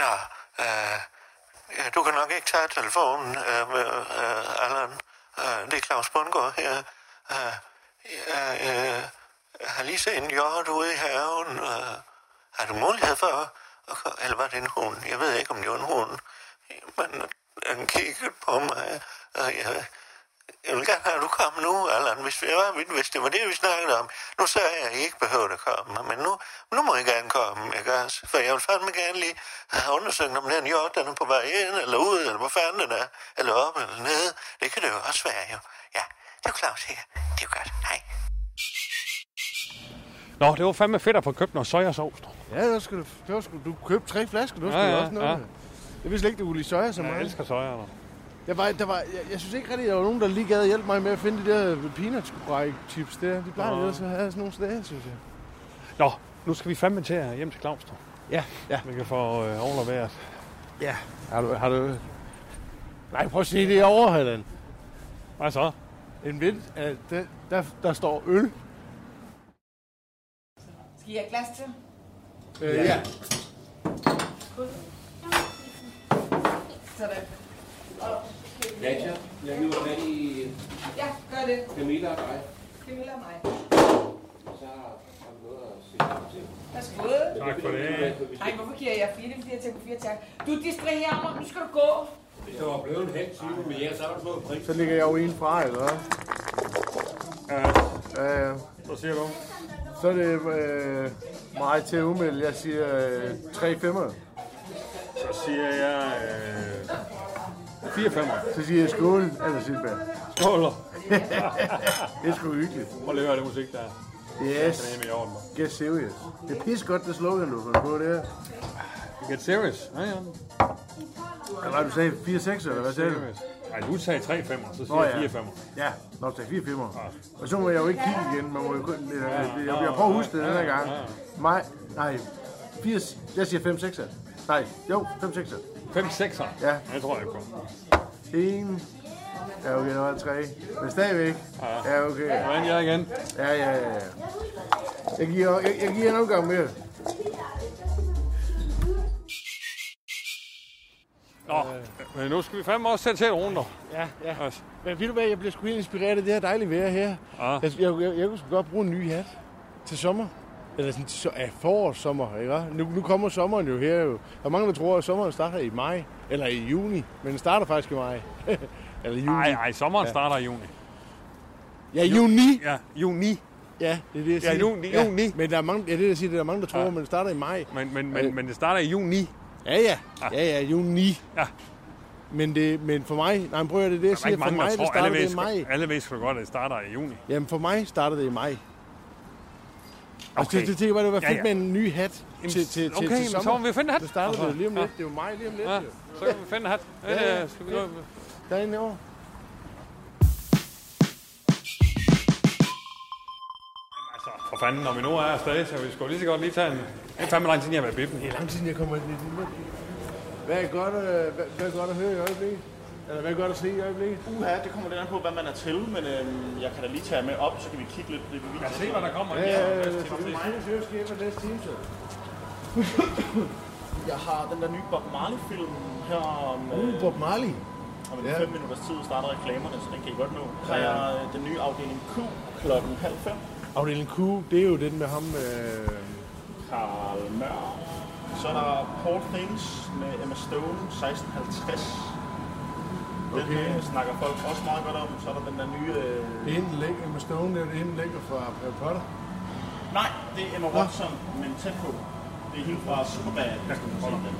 Speaker 7: Nå, øh, ja, du kan nok ikke tager telefonen, øh, med, øh, Allan. Øh, det er Claus Bundgaard her. Øh, jeg øh, har lige set en hjort ude i haven. Øh, har du mulighed for at ko- Eller var det en hund? Jeg ved ikke, om det var en hund. Men den kiggede på mig, og jeg, Øh, jeg vil gerne have, at du kom nu, Allan. Hvis, det var, hvis det var det, vi snakkede om. Nu sagde jeg, at I ikke behøvede at komme, men nu, nu må I gerne komme, ikke også? For jeg vil fandme gerne lige have undersøgt, om den hjort, den er på vej ind eller ud, eller hvor fanden den er, eller op eller ned. Det kan det jo også være, jo. Ja, det er jo Claus her. Det er jo godt. Hej.
Speaker 4: Nå, det var fandme fedt at få købt noget sojasovs.
Speaker 5: Ja, der skulle, der skulle, du købte tre flasker, du
Speaker 4: Ja,
Speaker 5: ja, skulle
Speaker 4: ja,
Speaker 5: også noget.
Speaker 4: ja.
Speaker 5: Ja. Jeg vidste slet ikke, det var lige soja så
Speaker 4: Jeg
Speaker 5: meget.
Speaker 4: elsker soja, nå.
Speaker 5: Jeg, var, der var, jeg, jeg synes ikke rigtig, der var nogen, der lige gad at hjælpe mig med at finde de der peanut chips der. De plejer
Speaker 4: Nå.
Speaker 5: jo ellers at have sådan nogle steder, synes jeg.
Speaker 4: Nå, nu skal vi fandme til at hjem til Claus. du.
Speaker 5: Ja, ja.
Speaker 4: Vi kan få øh, overleveret.
Speaker 5: Ja.
Speaker 4: Har du, har du...
Speaker 5: Nej, prøv at se det over, Halland.
Speaker 4: Hvad så?
Speaker 5: En vind, at der, der, der står øl.
Speaker 13: Skal I have et glas til?
Speaker 5: Øh, ja. ja.
Speaker 13: Sådan.
Speaker 16: Nadia, jeg hiver fat i
Speaker 13: Ja, gør det.
Speaker 16: Camilla og dig.
Speaker 13: Camilla og mig.
Speaker 16: Så har vi noget at se frem til.
Speaker 13: Værsgo.
Speaker 16: Tak for det.
Speaker 13: Nej, hvorfor giver jeg fire? Det er fordi, jeg tænker på fire tak. Du distraherer mig. Nu skal du gå.
Speaker 16: Hvis der var blevet en halv time med jer, så var det fået en pris.
Speaker 5: Så ligger jeg jo en fra, eller hvad? Ja. Ja, ja.
Speaker 4: Så siger du?
Speaker 5: Så er det øh, mig til at umelde. Jeg siger øh, 3 femmer.
Speaker 4: Så siger jeg... Øh, 4 femmer.
Speaker 5: Så siger jeg skål, eller silbær.
Speaker 4: Skål.
Speaker 5: det er sgu hyggeligt.
Speaker 4: Prøv lige at høre det musik, der er. Den er
Speaker 5: Yes.
Speaker 4: hjemme i orden.
Speaker 5: Get serious. Det er pis godt, det slogan, du har fundet på der.
Speaker 4: Get serious. Ja, ja.
Speaker 5: Hvad var det, du sagde? 4-6, eller hvad sagde du?
Speaker 4: Nej, du sagde 3 femmer, så siger
Speaker 5: Nå,
Speaker 4: jeg
Speaker 5: ja.
Speaker 4: 4 femmer.
Speaker 5: Ja, Nå, så 4 femmer. Og så må jeg jo ikke kigge igen. Man må jo kun, jeg, jeg, jeg, jeg prøver at huske det den her gang. Mig, nej, 4, jeg siger 5 6 Nej, jo, 5 6
Speaker 4: 5 6
Speaker 5: Ja.
Speaker 4: Det tror jeg på.
Speaker 5: En. Ja, okay, der var tre. Men stadigvæk. Ja, okay.
Speaker 4: Nu vandt jeg igen.
Speaker 5: Ja, ja, ja. ja. Jeg giver, jeg, jeg giver en omgang mere.
Speaker 4: Nå, men nu skal vi fandme også sætte til en runde.
Speaker 5: Ja, ja.
Speaker 4: Altså,
Speaker 5: Men ved du hvad, jeg bliver sgu helt inspireret af det her dejlige vejr her.
Speaker 4: Ja.
Speaker 5: Jeg, jeg, jeg, jeg kunne sgu godt bruge en ny hat til sommer. Eller sådan til so- ja, forårssommer, ikke? hva'? Nu, nu kommer sommeren jo her jo. Der er mange, der tror, at sommeren starter i maj, eller i juni, men den starter faktisk i maj. <laughs> eller juni.
Speaker 4: Nej, nej, sommeren
Speaker 5: ja.
Speaker 4: starter i juni.
Speaker 5: Ja, juni.
Speaker 4: Ja, juni.
Speaker 5: Ja, det er det, jeg
Speaker 4: Ja,
Speaker 5: siger.
Speaker 4: juni, juni. Ah.
Speaker 5: Men der er mange, ja, det er det, jeg siger, der er mange, der tror,
Speaker 4: Ja.
Speaker 5: men den starter i maj.
Speaker 4: Men, men,
Speaker 5: Øh.
Speaker 4: men, men det starter i juni.
Speaker 5: Ja, ja. Ja, ja, juni.
Speaker 4: Ja.
Speaker 5: Men, det, men for mig, nej, men prøv at høre, det er det, jeg
Speaker 4: Der er
Speaker 5: siger,
Speaker 4: ikke
Speaker 5: for
Speaker 4: mange,
Speaker 5: mig,
Speaker 4: der
Speaker 5: det
Speaker 4: tror.
Speaker 5: starter
Speaker 4: Alle
Speaker 5: det
Speaker 4: ved,
Speaker 5: i
Speaker 4: sgu-
Speaker 5: maj. Altså,
Speaker 4: alle ved sgu godt, at det starter i juni.
Speaker 5: Jamen for mig starter det i maj. Og
Speaker 4: Okay.
Speaker 5: okay. det, det tænker jeg bare, det var fedt
Speaker 4: Ja, ja.
Speaker 5: med en ny hat
Speaker 4: Jamen,
Speaker 5: til, til, til,
Speaker 4: okay,
Speaker 5: til
Speaker 4: men
Speaker 5: sommer.
Speaker 4: så må vi finde en hat.
Speaker 5: Det starter
Speaker 4: Altså,
Speaker 5: det lige om lidt.
Speaker 4: ja.
Speaker 5: Det er jo mig lige om lidt.
Speaker 4: Ja,
Speaker 5: jo.
Speaker 4: så kan vi finde en hat.
Speaker 5: Ja, ja.
Speaker 4: Øh, Skal vi gå?
Speaker 5: Der er en over.
Speaker 4: Altså, For fanden, når vi nu er afsted, så vi skulle lige så godt lige tage en... Det er fandme lang tid, jeg har været i biffen.
Speaker 5: Det er lang tid, jeg kommer ind i det. Hvad er godt, øh, hvad, hvad er godt at høre i øjeblikket? Eller hvad er godt at se i øjeblikket?
Speaker 4: Uh,
Speaker 17: Uha, det kommer lidt an på, hvad man er til, men øhm, jeg kan da lige tage jer med op, så kan vi kigge lidt. lidt Lad
Speaker 4: os se, hvad der kommer.
Speaker 5: Ja, ja, ja. Så det er mig, der søger skæbner næste time, så.
Speaker 17: Jeg har den der nye Bob Marley-film her om... øh,
Speaker 5: Uh, Bob Marley.
Speaker 17: Om en
Speaker 5: Ja.
Speaker 17: fem minutters tid starter reklamerne, så den kan I godt nå. Så
Speaker 5: Ja,
Speaker 17: har
Speaker 5: ja.
Speaker 17: jeg øh, den nye afdeling Q klokken halv fem.
Speaker 5: Afdeling Q, det er jo den med ham... Øh...
Speaker 17: Karl Mør. Så er der Poor Things med Emma Stone, 1650. Den
Speaker 5: Okay.
Speaker 17: øh, snakker folk også meget godt om. Så er der den der nye... Øh...
Speaker 5: Det er hende lækker med Stone, det er hende lækker fra Harry Potter.
Speaker 17: Nej, det er Emma Watson, men tæt på. Det er hende fra Superbad, hvis du kan se den.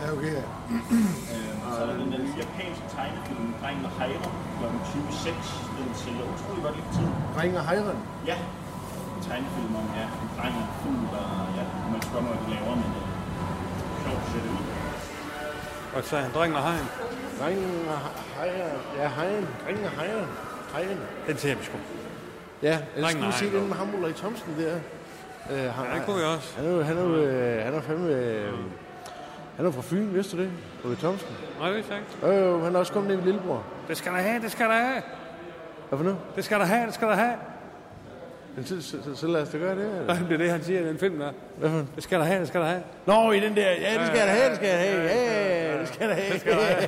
Speaker 5: Ja, okay.
Speaker 17: Så er der den der nye japanske tegnefilm, Drengen og Heiren, kl. 26. Den sælger utrolig godt lige for tiden.
Speaker 5: Ringer Heiren.
Speaker 17: Ja, en tegnefilm om ja, en dreng og en fugl, og ja, man skal godt nok ikke laver, men øh, sjovt ser det ud.
Speaker 4: Og så han drengen og hegn.
Speaker 5: Ringer Heiren. Ja, Heiren. Ringer Heiren. Heiren.
Speaker 4: Den ser vi sgu.
Speaker 5: Ja, eller
Speaker 4: Drengen
Speaker 5: skal
Speaker 4: og
Speaker 5: vi se
Speaker 4: Heiren.
Speaker 5: den med ham Ulrik Thomsen der? Øh, han,
Speaker 4: Ja, det kunne vi også.
Speaker 5: Han er jo, han er jo, øh, han er fandme, øh, han er fra Fyn, vidste du det? Ulrik Thomsen.
Speaker 4: Nej, det er ikke.
Speaker 5: Øh, jo, han er også kommet ned med lillebror.
Speaker 4: Det skal der have, det skal der have.
Speaker 5: Hvad for noget?
Speaker 4: Det skal der have, det skal der have.
Speaker 5: Men så, så, så, så lad os da gøre det.
Speaker 4: Nej, men det er det, han siger i den film der.
Speaker 5: Hvad for
Speaker 4: Det skal der have, det skal der have.
Speaker 5: Nå, i den der. Ja, det skal jeg da have, det skal jeg da have. Ja, det skal jeg da have.
Speaker 4: Det skal der have.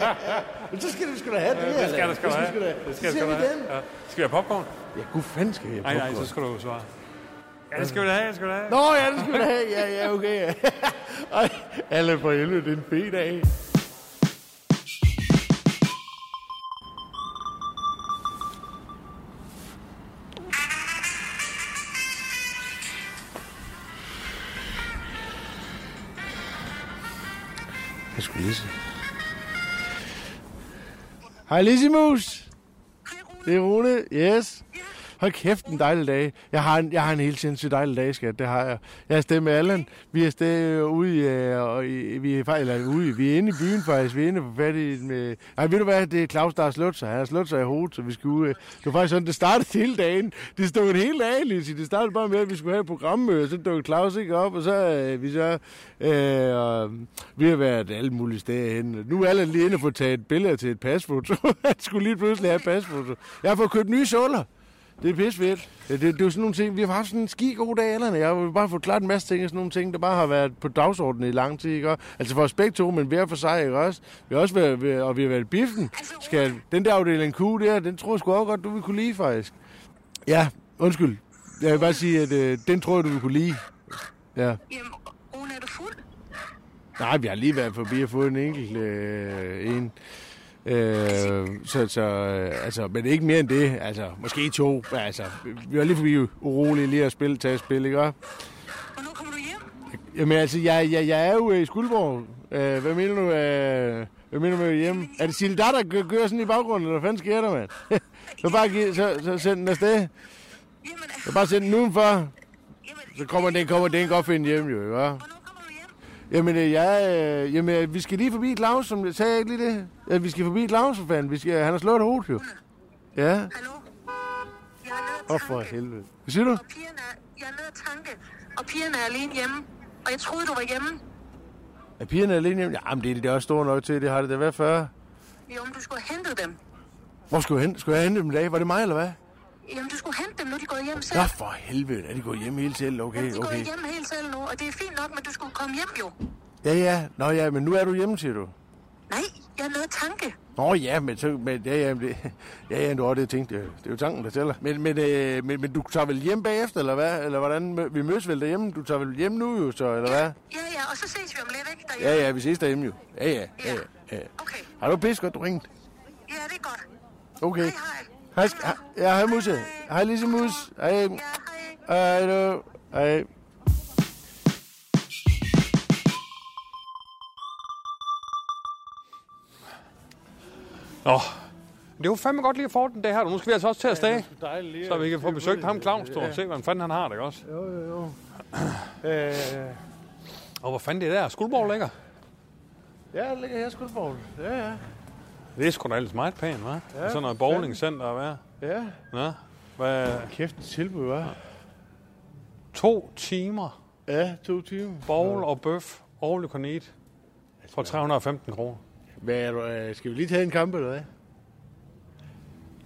Speaker 5: <laughs> Men så skal du sgu da have det her.
Speaker 4: Det skal der skal der have. Det skal der skal der have. Ja. Skal vi have popcorn?
Speaker 5: Ja, gud fanden skal vi have
Speaker 4: Nej, nej,
Speaker 5: popcorn?
Speaker 4: så skal du svare. Ja, det skal vi da have, det skal vi da have.
Speaker 5: Nå, ja, det skal du have. Ja, ja, okay. <laughs> ja. Ej, alle for helvede, det er en fed dag. Jeg skulle lige Hej Lissimus. Det er Rune. Yes. Hold kæft, en dejlig dag. Jeg har en, jeg har en helt sindssygt dejlig dag, skat. Det har jeg. Jeg er afsted med Allan. Vi er afsted øh, ude i, øh, og i, vi er, faktisk- eller, ude, i- vi er inde i byen faktisk. Vi er inde på fat i en, øh, Nej, ved du hvad? Det er Claus, der har slået sig. Han har slået sig i hovedet, så vi skulle ud. øh. Det var faktisk sådan, det startede <laughs> hele dagen. Det stod en hel dag, Lissi. Det startede bare med, at vi skulle have et programmøde, og så dukkede Claus ikke op, og så øh, vi så... Øh, og, vi har været alle mulige steder hen. Nu er Allan lige inde og få taget et billede til et pasfoto. <laughs> Han skulle lige pludselig have et pasfoto. Jeg har fået købt nye suller. Det er pisse fedt. Ja, det, det, er jo sådan nogle ting, vi har haft sådan en ski god dag, eller Jeg har jo bare fået klart en masse ting, sådan nogle ting, der bare har været på dagsordenen i lang tid, ikke? Og- Altså for os begge to, men hver for sig, ikke også? Vi har også været, ved- og vi har været i biffen. Skal, den der afdeling Q der, den tror jeg sgu også godt, du vil kunne lide, faktisk. Ja, undskyld. Jeg vil bare sige, at øh, den tror jeg, du vil kunne lide. Ja. Nej, vi har lige været forbi og fået en enkelt øh, en. Øh, så, så, øh, altså, men ikke mere end det. Altså, måske to. Men Altså, vi- vi var lige forbi urolige lige at spille, tage et spil, ikke? Og nu kommer du hjem? Jamen altså, jeg, jeg, jeg er jo øh, i Skuldborg. Øh, hvad mener du, øh, hvad mener du med hjem? Er det Silda, der kø- kører sådan i baggrunden, eller hvad fanden sker der, mand? <laughs> så bare giv, så, så send den afsted. Så bare send den udenfor. Så kommer den, kommer den godt finde hjem, jo, ikke? hva'? Jamen, øh, jeg, øh, jamen, øh, vi skal lige forbi Claus, som jeg sagde jeg ikke lige det. Ja, vi skal forbi Claus, for fanden. Vi skal, han har slået hovedet, jo. Ja. Hallo? Åh, for helvede. Hvad siger du?
Speaker 18: Og pigerne er alene hjemme. Og jeg troede, du var hjemme.
Speaker 5: Er pigerne alene hjemme? Jamen, det er det også store nok til. Det har det da været før.
Speaker 18: Jo, men du skulle have hentet dem.
Speaker 5: Hvor skulle jeg hente? Skulle jeg hente dem i dag? Var det mig, eller hvad?
Speaker 18: Jamen, du skulle hente dem, nu er de gået hjem selv.
Speaker 5: Nå, for helvede. Er de gået hjem hele selv?
Speaker 18: Jamen,
Speaker 5: Okay,
Speaker 18: de er
Speaker 5: okay.
Speaker 18: gået hjem helt selv nu, og det er fint nok, men du skulle komme hjem jo.
Speaker 5: Ja, ja. Nå, ja, men nu er du hjemme, siger du.
Speaker 18: Nej, jeg havde noget tanke.
Speaker 5: Nå ja, men, så, men ja, ja, men det, ja, ja, du har det tænkt, det, det er jo tanken, der tæller. Men, men, øh, men, men du tager vel hjem bagefter, eller hvad? Eller hvordan? Mø- Vi mødes vel derhjemme? Du tager vel hjem nu jo, så, eller hvad?
Speaker 18: Ja, ja, og så ses vi om lidt, ikke? Der...
Speaker 5: Ja, ja, vi ses derhjemme jo. Ja, ja, ja, ja. Okay. Har du pis godt, du ringet?
Speaker 18: Ja, det er godt.
Speaker 5: Okay. Hej, hej. Hej, ja, hej Musse. Hej Lise Mus. Hej. Ja, hej. Hej, du. Hej.
Speaker 4: Nå, det var fandme godt lige at få den dag her. Nu skal vi altså også til at stage,
Speaker 5: dejligt lige
Speaker 4: så vi
Speaker 5: at
Speaker 4: kan få
Speaker 5: kigge
Speaker 4: besøgt
Speaker 5: ud i
Speaker 4: ham
Speaker 5: det.
Speaker 4: Claus, du,
Speaker 5: Ja.
Speaker 4: og se, hvordan fanden han har det, ikke også?
Speaker 5: Jo, jo, jo. Øh,
Speaker 4: Og hvor fanden det der? Skuldborg ligger?
Speaker 5: ja, der ligger her skuldborg. Ja, ja.
Speaker 4: Det er sgu da ellers meget pænt, hva'?
Speaker 5: Ja,
Speaker 4: Ja, Sådan noget
Speaker 5: for fanden.
Speaker 4: bowlingcenter og hvad?
Speaker 5: Ja.
Speaker 4: Nå, hvad?
Speaker 5: Kæft, et tilbud, hva'?
Speaker 4: To timer.
Speaker 5: Ja, to timer.
Speaker 4: Bowl og bøf, all you can eat, for 315 kroner.
Speaker 5: Hvad er du, øh, skal vi lige tage en kamp, eller hvad?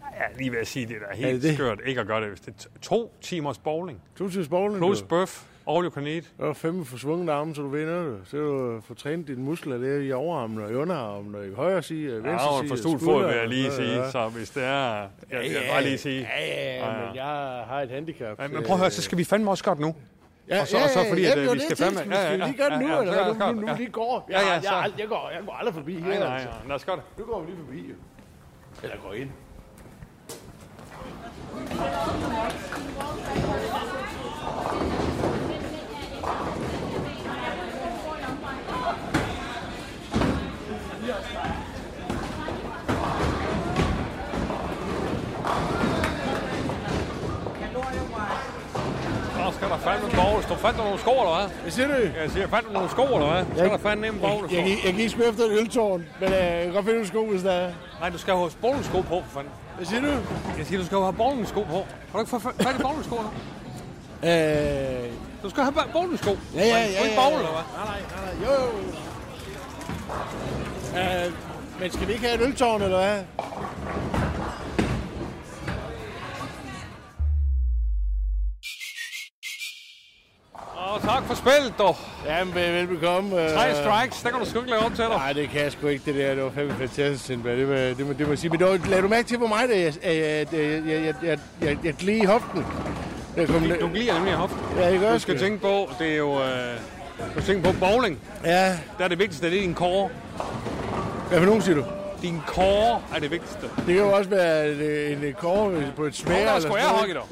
Speaker 4: Jeg er lige ved at sige, det er da
Speaker 5: Er
Speaker 4: helt det
Speaker 5: det det?
Speaker 4: skørt ikke at gøre det. Hvis det er to- to timers bowling.
Speaker 5: To timers bowling,
Speaker 4: Plus
Speaker 5: du.
Speaker 4: bøf, all you can eat.
Speaker 5: Der er fem forsvungne arme, så du vinder det. Så du får trænet dine muskler der i overarmen og i underarmen og i højre side og i
Speaker 4: Jeg
Speaker 5: venstre
Speaker 4: har
Speaker 5: side.
Speaker 4: jo en
Speaker 5: og
Speaker 4: forstudt
Speaker 5: skulder
Speaker 4: fod, vil jeg
Speaker 5: og
Speaker 4: lige
Speaker 5: sådan
Speaker 4: sige.
Speaker 5: noget,
Speaker 4: Så hvis det er... Jeg, jeg vil
Speaker 5: ja.
Speaker 4: bare lige sige.
Speaker 5: Ja, ja, ja, men jeg har et handicap. øh,
Speaker 4: Ja, men prøv at høre, så skal vi fandme også godt nu.
Speaker 5: Ja,
Speaker 4: og så,
Speaker 5: ja,
Speaker 4: og så
Speaker 5: ja,
Speaker 4: fordi,
Speaker 5: ja,
Speaker 4: at,
Speaker 5: det
Speaker 4: øh,
Speaker 5: var
Speaker 4: vi
Speaker 5: det,
Speaker 4: skal
Speaker 5: jeg
Speaker 4: fandme...
Speaker 5: tænkte, skal vi lige gøre det nu, eller
Speaker 4: så
Speaker 5: hvad?
Speaker 4: lad os
Speaker 5: Nu-
Speaker 4: gøre
Speaker 5: nu-
Speaker 4: det.
Speaker 5: nu lige går.
Speaker 4: Ja,
Speaker 5: Jeg-
Speaker 4: ja,
Speaker 5: jeg-
Speaker 4: så.
Speaker 5: jeg går- jeg går aldrig forbi her,
Speaker 4: Nej, nej,
Speaker 5: altså.
Speaker 4: nej. Lad os gøre det.
Speaker 5: Nu går vi lige forbi, jo. Eller går ind.
Speaker 4: Nå, skal der fandme en bowl. Du fandt du nogle sko, eller hvad?
Speaker 5: Hvad siger du?
Speaker 4: Jeg siger, fandt du nogle sko, eller hvad? Skal der fandme en bowl,
Speaker 5: Jeg, jeg, gik- jeg gik sgu efter et øltårn, men øh, jeg kan godt finde en sko, hvis der er.
Speaker 4: Nej, du skal jo have bowlingsko på, for fanden.
Speaker 5: Hvad siger du?
Speaker 4: Jeg siger, du skal jo have bowlingsko på. Har du ikke fået fat i bowlingsko nu?
Speaker 5: Øh,
Speaker 4: Du skal have bowlingsko.
Speaker 5: ja, ja, ja.
Speaker 4: Du er en
Speaker 5: ja.
Speaker 4: bowl, eller hvad?
Speaker 5: Nej, nej, nej, nej. Jo, jo. Øh, men skal vi ikke have et øltårn, eller hvad?
Speaker 4: Tak for spillet, dog.
Speaker 5: Jamen, vel- velbekomme. øh.
Speaker 4: Tre strikes, der kan du sgu ikke lave om til dig.
Speaker 5: Nej, det kan jeg sgu ikke, det der. Det var fandme fantastisk, Sindberg. Det, var, det, må, det må jeg sige. Men det var, lad du mærke til, hvor meget jeg, jeg, jeg, jeg, jeg, jeg, jeg, jeg gled i hoften. Jeg kom,
Speaker 4: Du glider nemlig i hoften.
Speaker 5: Ja, det gør
Speaker 4: Du skal
Speaker 5: sgu.
Speaker 4: tænke på, det er jo... Øh, du skal tænke på bowling.
Speaker 5: Ja.
Speaker 4: Der er det vigtigste, det er din core.
Speaker 5: Hvad for nogen siger du?
Speaker 4: Din core er det vigtigste.
Speaker 5: Det altså kan jo også være en, en kåre på et
Speaker 4: Hvor
Speaker 5: smær.
Speaker 4: der er sgu airhockey, dog.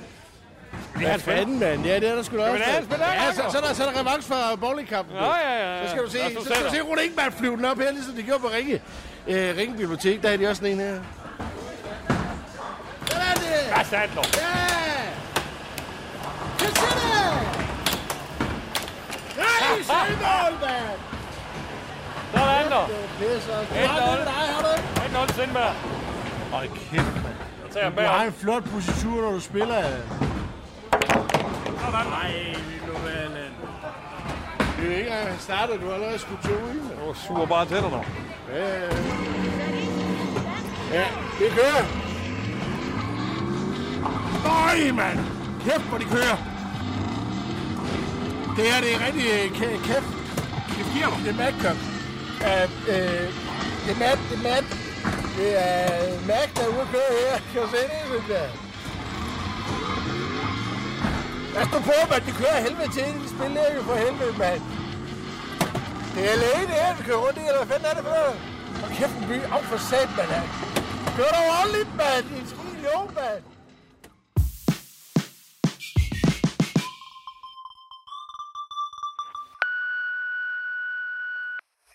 Speaker 5: Det er fanden, mand. Ja, det er der sgu da
Speaker 4: Jamen,
Speaker 5: også.
Speaker 4: det er der sgu da
Speaker 5: ja,
Speaker 4: nok,
Speaker 5: så,
Speaker 4: dog.
Speaker 5: så, er der, så er der revanche fra bowlingkampen.
Speaker 4: Ja,
Speaker 5: du.
Speaker 4: ja, ja, ja.
Speaker 5: Så skal du
Speaker 4: Ja, så
Speaker 5: se, så
Speaker 4: sætter.
Speaker 5: skal du se Rune Ingman flyve den op her, ligesom de gjorde på Ringe. Øh, Ringe Bibliotek, der er de også sådan en her. Sådan det!
Speaker 4: Hvad sagde du?
Speaker 5: Nej, selvmål, mand!
Speaker 4: Sådan der.
Speaker 5: Det er godt med dig, har du
Speaker 4: 1-0
Speaker 5: ikke?
Speaker 4: Sindberg. Hold kæft, mand. Jeg tager ham
Speaker 5: Du har
Speaker 4: bag.
Speaker 5: en flot positur, når du spiller.
Speaker 4: Nej, vi blev valgt.
Speaker 5: Det er jo ikke engang, han starter. Du har allerede skudt to i. mand.
Speaker 4: Du suger bare til dig, dog.
Speaker 5: Ja, Ja, det kører. Øj, mand! Kæft, hvor de kører. Det her, det er rigtig øh, kæ- kæft. Det giver mig. Det er Mac Cup. Uh, uh, det er Mac, det er Mac. Det er øh, Mac, der er ude at køre her. Kan du se det, synes jeg? Lad os nu på, mand. De kører af helvede til. De spiller jo for helvede, mand. Det er læge, det her. Vi kører rundt i, eller hvad fanden er det for noget? Og kæft en by. Af for sat, mand. Kør dig ordentligt, mand. I er skide idiot, mand.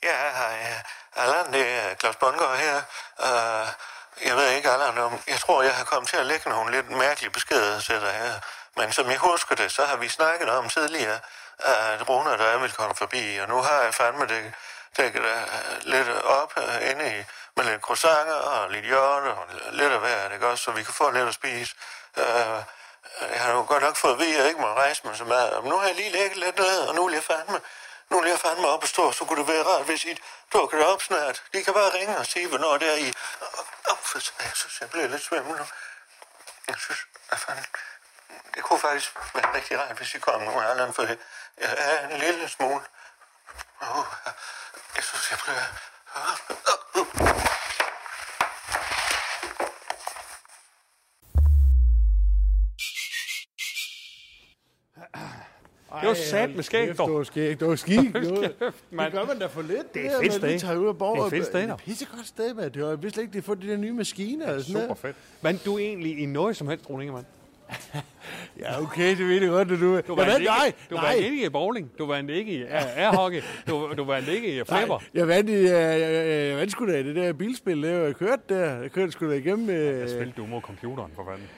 Speaker 7: Ja, hej. Allan, det er Claus Bundgaard her. Uh, jeg ved ikke, Allan, om... Jeg tror, jeg har kommet til at lægge nogle lidt mærkelige beskeder til dig her. Men som jeg husker det, så har vi snakket om tidligere, at Rune og dig ville komme forbi, og nu har jeg fandme det dækket øh, lidt op øh, inde i med lidt croissanter og lidt hjorte og lidt af hvert, ikke også? Så vi kan få lidt at spise. Uh, jeg har jo godt nok fået at vide, at jeg ikke må rejse mig så meget. Men nu har jeg lige lægget lidt ned, og nu vil jeg fandme, nu vil jeg fandme op og stå. Så kunne det være rart, hvis I dukker det op snart. De kan bare ringe og sige, hvornår det er I. Åh, for satan, Jeg synes, jeg bliver lidt svimmel nu. Jeg synes, at fanden, det kunne faktisk være rigtig rart, hvis I kom nu, Allan, for jeg er en lille smule. Åh, Jeg synes, jeg bliver...
Speaker 4: Det var sat med skæg, <laughs>
Speaker 5: Det var skægt. Det var skægt. Det var-
Speaker 4: mand.
Speaker 5: Det gør man da for lidt.
Speaker 4: Det er
Speaker 5: der
Speaker 4: et
Speaker 5: med,
Speaker 4: fedt
Speaker 5: at de
Speaker 4: sted.
Speaker 5: tager ud og borger-
Speaker 4: Det er et fedt sted,
Speaker 5: Det er
Speaker 4: dog.
Speaker 5: et pissegodt sted, mand. Det var jeg vidste slet ikke, de får de der nye maskiner. og sådan
Speaker 4: Super
Speaker 5: noget.
Speaker 4: fedt. Vandt du egentlig i noget som helst, Rune Ingemann?
Speaker 5: Ja, okay, det ved jeg godt, at du...
Speaker 4: Du
Speaker 5: Jeg
Speaker 4: vandt
Speaker 5: vandt-
Speaker 4: ikke,
Speaker 5: nej,
Speaker 4: du
Speaker 5: nej.
Speaker 4: vandt ikke i bowling. Du vandt ikke i air- airhockey. Du, du vandt ikke i flipper.
Speaker 5: Jeg vandt, i, øh, jeg, jeg, jeg vandt sgu da i det der bilspil, der jeg kørte der. Jeg kørte sgu da igennem... Øh...
Speaker 4: Jeg spilte du mod computeren, for fanden.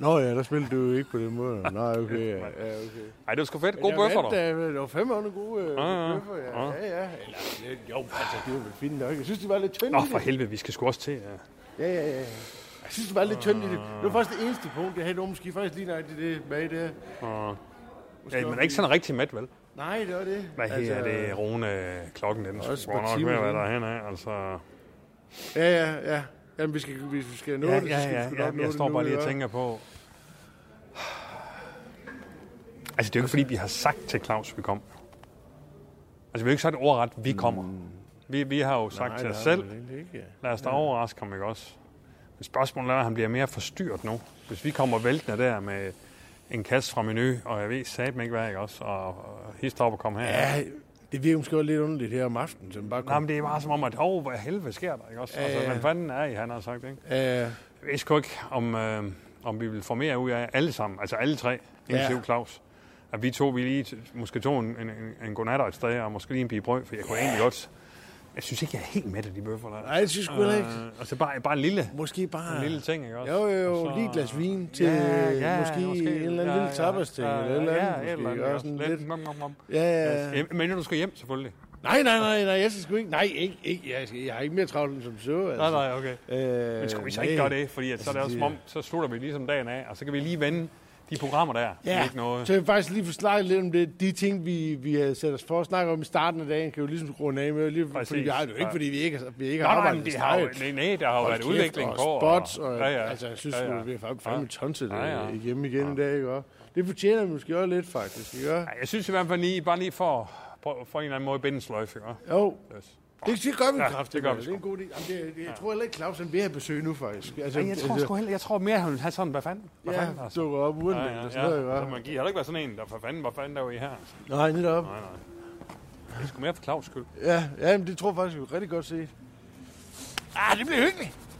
Speaker 5: Nå, Nå ja, der spillede du jo ikke på den måde. Nej, okay. Ja, ja, okay.
Speaker 4: Ej, det var sgu fedt.
Speaker 5: Men
Speaker 4: God
Speaker 5: jeg
Speaker 4: bøffer,
Speaker 5: vandt,
Speaker 4: dog.
Speaker 5: øh, Det var 500 gode øh,
Speaker 4: Ja, ja,
Speaker 5: bøffer, ja.
Speaker 4: ja.
Speaker 5: Ja, ja. Eller, øh, jo, altså, det var vel fint nok. Jeg synes, de var lidt tynde.
Speaker 4: Nå,
Speaker 5: i det.
Speaker 4: for helvede, vi skal sgu også til. øh- Ja.
Speaker 5: Ja, ja, ja. Jeg synes, det var lidt tyndt i det. Det var faktisk det eneste punkt, jeg havde om. Måske faktisk lige nøjagtigt det med det.
Speaker 4: Og... Ja, men ikke sådan rigtig mæt, vel?
Speaker 5: Nej, det var det.
Speaker 4: Hvad altså, her det, Rune? Klokken den
Speaker 5: Også
Speaker 4: skulle
Speaker 5: et par
Speaker 4: nok
Speaker 5: timer
Speaker 4: ved at være
Speaker 5: siden.
Speaker 4: derhen af, altså...
Speaker 5: Ja, ja, ja. Jamen, vi skal, vi skal nå
Speaker 4: ja,
Speaker 5: det.
Speaker 4: ja,
Speaker 5: så skal vi
Speaker 4: ja,
Speaker 5: sgu
Speaker 4: ja,
Speaker 5: nok nå
Speaker 4: jeg
Speaker 5: det
Speaker 4: står
Speaker 5: nu,
Speaker 4: bare lige og
Speaker 5: ikke?
Speaker 4: tænker på... Altså, det er jo ikke, fordi vi har sagt til Claus, vi kom. Altså, vi har jo ikke sagt ordret, vi kommer. Vi, vi har jo sagt
Speaker 5: Mm. Nej,
Speaker 4: Nej, til
Speaker 5: det
Speaker 4: os
Speaker 5: har vi
Speaker 4: selv,
Speaker 5: vel egentlig ikke, ja.
Speaker 4: lad os da overraske ham, ikke også? Men spørgsmålet er, at han bliver mere forstyrret nu. Hvis vi kommer væltende der med en kasse fra menu, og jeg ved satme ikke hvad, ikke også? Og, og hist op og kom her.
Speaker 5: Ja, det virker måske også lidt underligt her om aftenen. Så man bare
Speaker 4: Nej, men det er bare som om, at hov, hvad helvede sker der, ikke også?
Speaker 5: Ja,
Speaker 4: Altså,
Speaker 5: ja.
Speaker 4: hvad fanden er I, han har sagt, ikke?
Speaker 5: Ja.
Speaker 4: Jeg ved sgu ikke, om, øh, om vi vil få mere ud af alle sammen, altså alle tre, inklusive
Speaker 5: Ja.
Speaker 4: Claus. At vi to, vi lige t- måske tog en, en, en, en godnatter et sted, og måske lige en bid brød, for jeg kunne egentlig godt... Jeg synes ikke, jeg er helt med af de bøffer der.
Speaker 5: Nej, jeg synes sgu heller ikke.
Speaker 4: Øh, altså bare, bare en lille,
Speaker 5: Måske bare...
Speaker 4: en lille ting, ikke også?
Speaker 5: Jo, jo, jo.
Speaker 4: Og
Speaker 5: Lige et glas vin til
Speaker 4: Ja, ja,
Speaker 5: måske,
Speaker 4: måske.
Speaker 5: en eller anden
Speaker 4: Ja,
Speaker 5: lille
Speaker 4: ja.
Speaker 5: tapas til.
Speaker 4: Ja,
Speaker 5: eller et eller
Speaker 4: ja,
Speaker 5: andet,
Speaker 4: et eller
Speaker 5: måske.
Speaker 4: andet,
Speaker 5: Også
Speaker 4: også
Speaker 5: sådan
Speaker 4: lidt
Speaker 5: lidt.
Speaker 4: mom, mom, mom.
Speaker 5: Ja, ja, ja.
Speaker 4: Ja, Men når du skal hjem, selvfølgelig.
Speaker 5: Nej, nej, nej, nej, jeg skal sgu ikke. Nej, ikke, ikke. Jeg, skal, jeg har ikke mere travlt end som så.
Speaker 4: Nej,
Speaker 5: Altså.
Speaker 4: nej, okay.
Speaker 5: Øh, Altså,
Speaker 4: Men skulle vi så ikke gøre det? Fordi at så er det også som om,
Speaker 5: det-
Speaker 4: så slutter vi ligesom dagen af, og så kan vi lige vende De programmer der, det er ikke noget.
Speaker 5: så jeg vil faktisk lige få snakket lidt om det. De ting, vi, vi havde sat os for at snakke om i starten af dagen, kan jo ligesom runde af med. Lige, fordi vi har det jo ikke, fordi vi ikke, har- vi ikke har
Speaker 4: Nå, nej,
Speaker 5: arbejdet
Speaker 4: men
Speaker 5: med
Speaker 4: det har jo,
Speaker 5: snakke.
Speaker 4: nej, nej, der har jo
Speaker 5: Hold
Speaker 4: været
Speaker 5: kæft,
Speaker 4: udvikling på.
Speaker 5: Og spots, og,
Speaker 4: ja, ja.
Speaker 5: altså, jeg synes,
Speaker 4: ja, ja.
Speaker 5: vi er faktisk fandme tonset
Speaker 4: Ja, ja.
Speaker 5: hjemme igen i dag, ikke? også? Det fortjener vi måske også lidt, faktisk, ikke? også?
Speaker 4: Ej, Jeg synes i hvert fald lige, bare lige for, for, for en eller anden måde at binde en sløjfe, ikke?
Speaker 5: Jo.
Speaker 4: Yes.
Speaker 5: Det, det gør vi
Speaker 4: Ja,
Speaker 5: kraftigt.
Speaker 4: det gør vi
Speaker 5: Det
Speaker 4: sgu.
Speaker 5: er en god idé. Jamen, det, det, jeg tror heller ikke, Claus han vil have besøg nu, faktisk. Altså,
Speaker 4: Ej, jeg tror sgu heller, jeg tror mere, han ville have sådan, hvad fanden? Hvad
Speaker 5: Ja,
Speaker 4: fanden, altså?
Speaker 5: dukker op uden det, eller sådan noget, ikke?
Speaker 4: Så Altså, man giver heller ikke være sådan en, der for fanden, hvor fanden der er I her?
Speaker 5: Nej, netop.
Speaker 4: Nej, nej. Det er sgu mere for Claus skyld.
Speaker 5: Ja, ja men det tror jeg faktisk, vi er rigtig godt set. Ah, det bliver hyggeligt.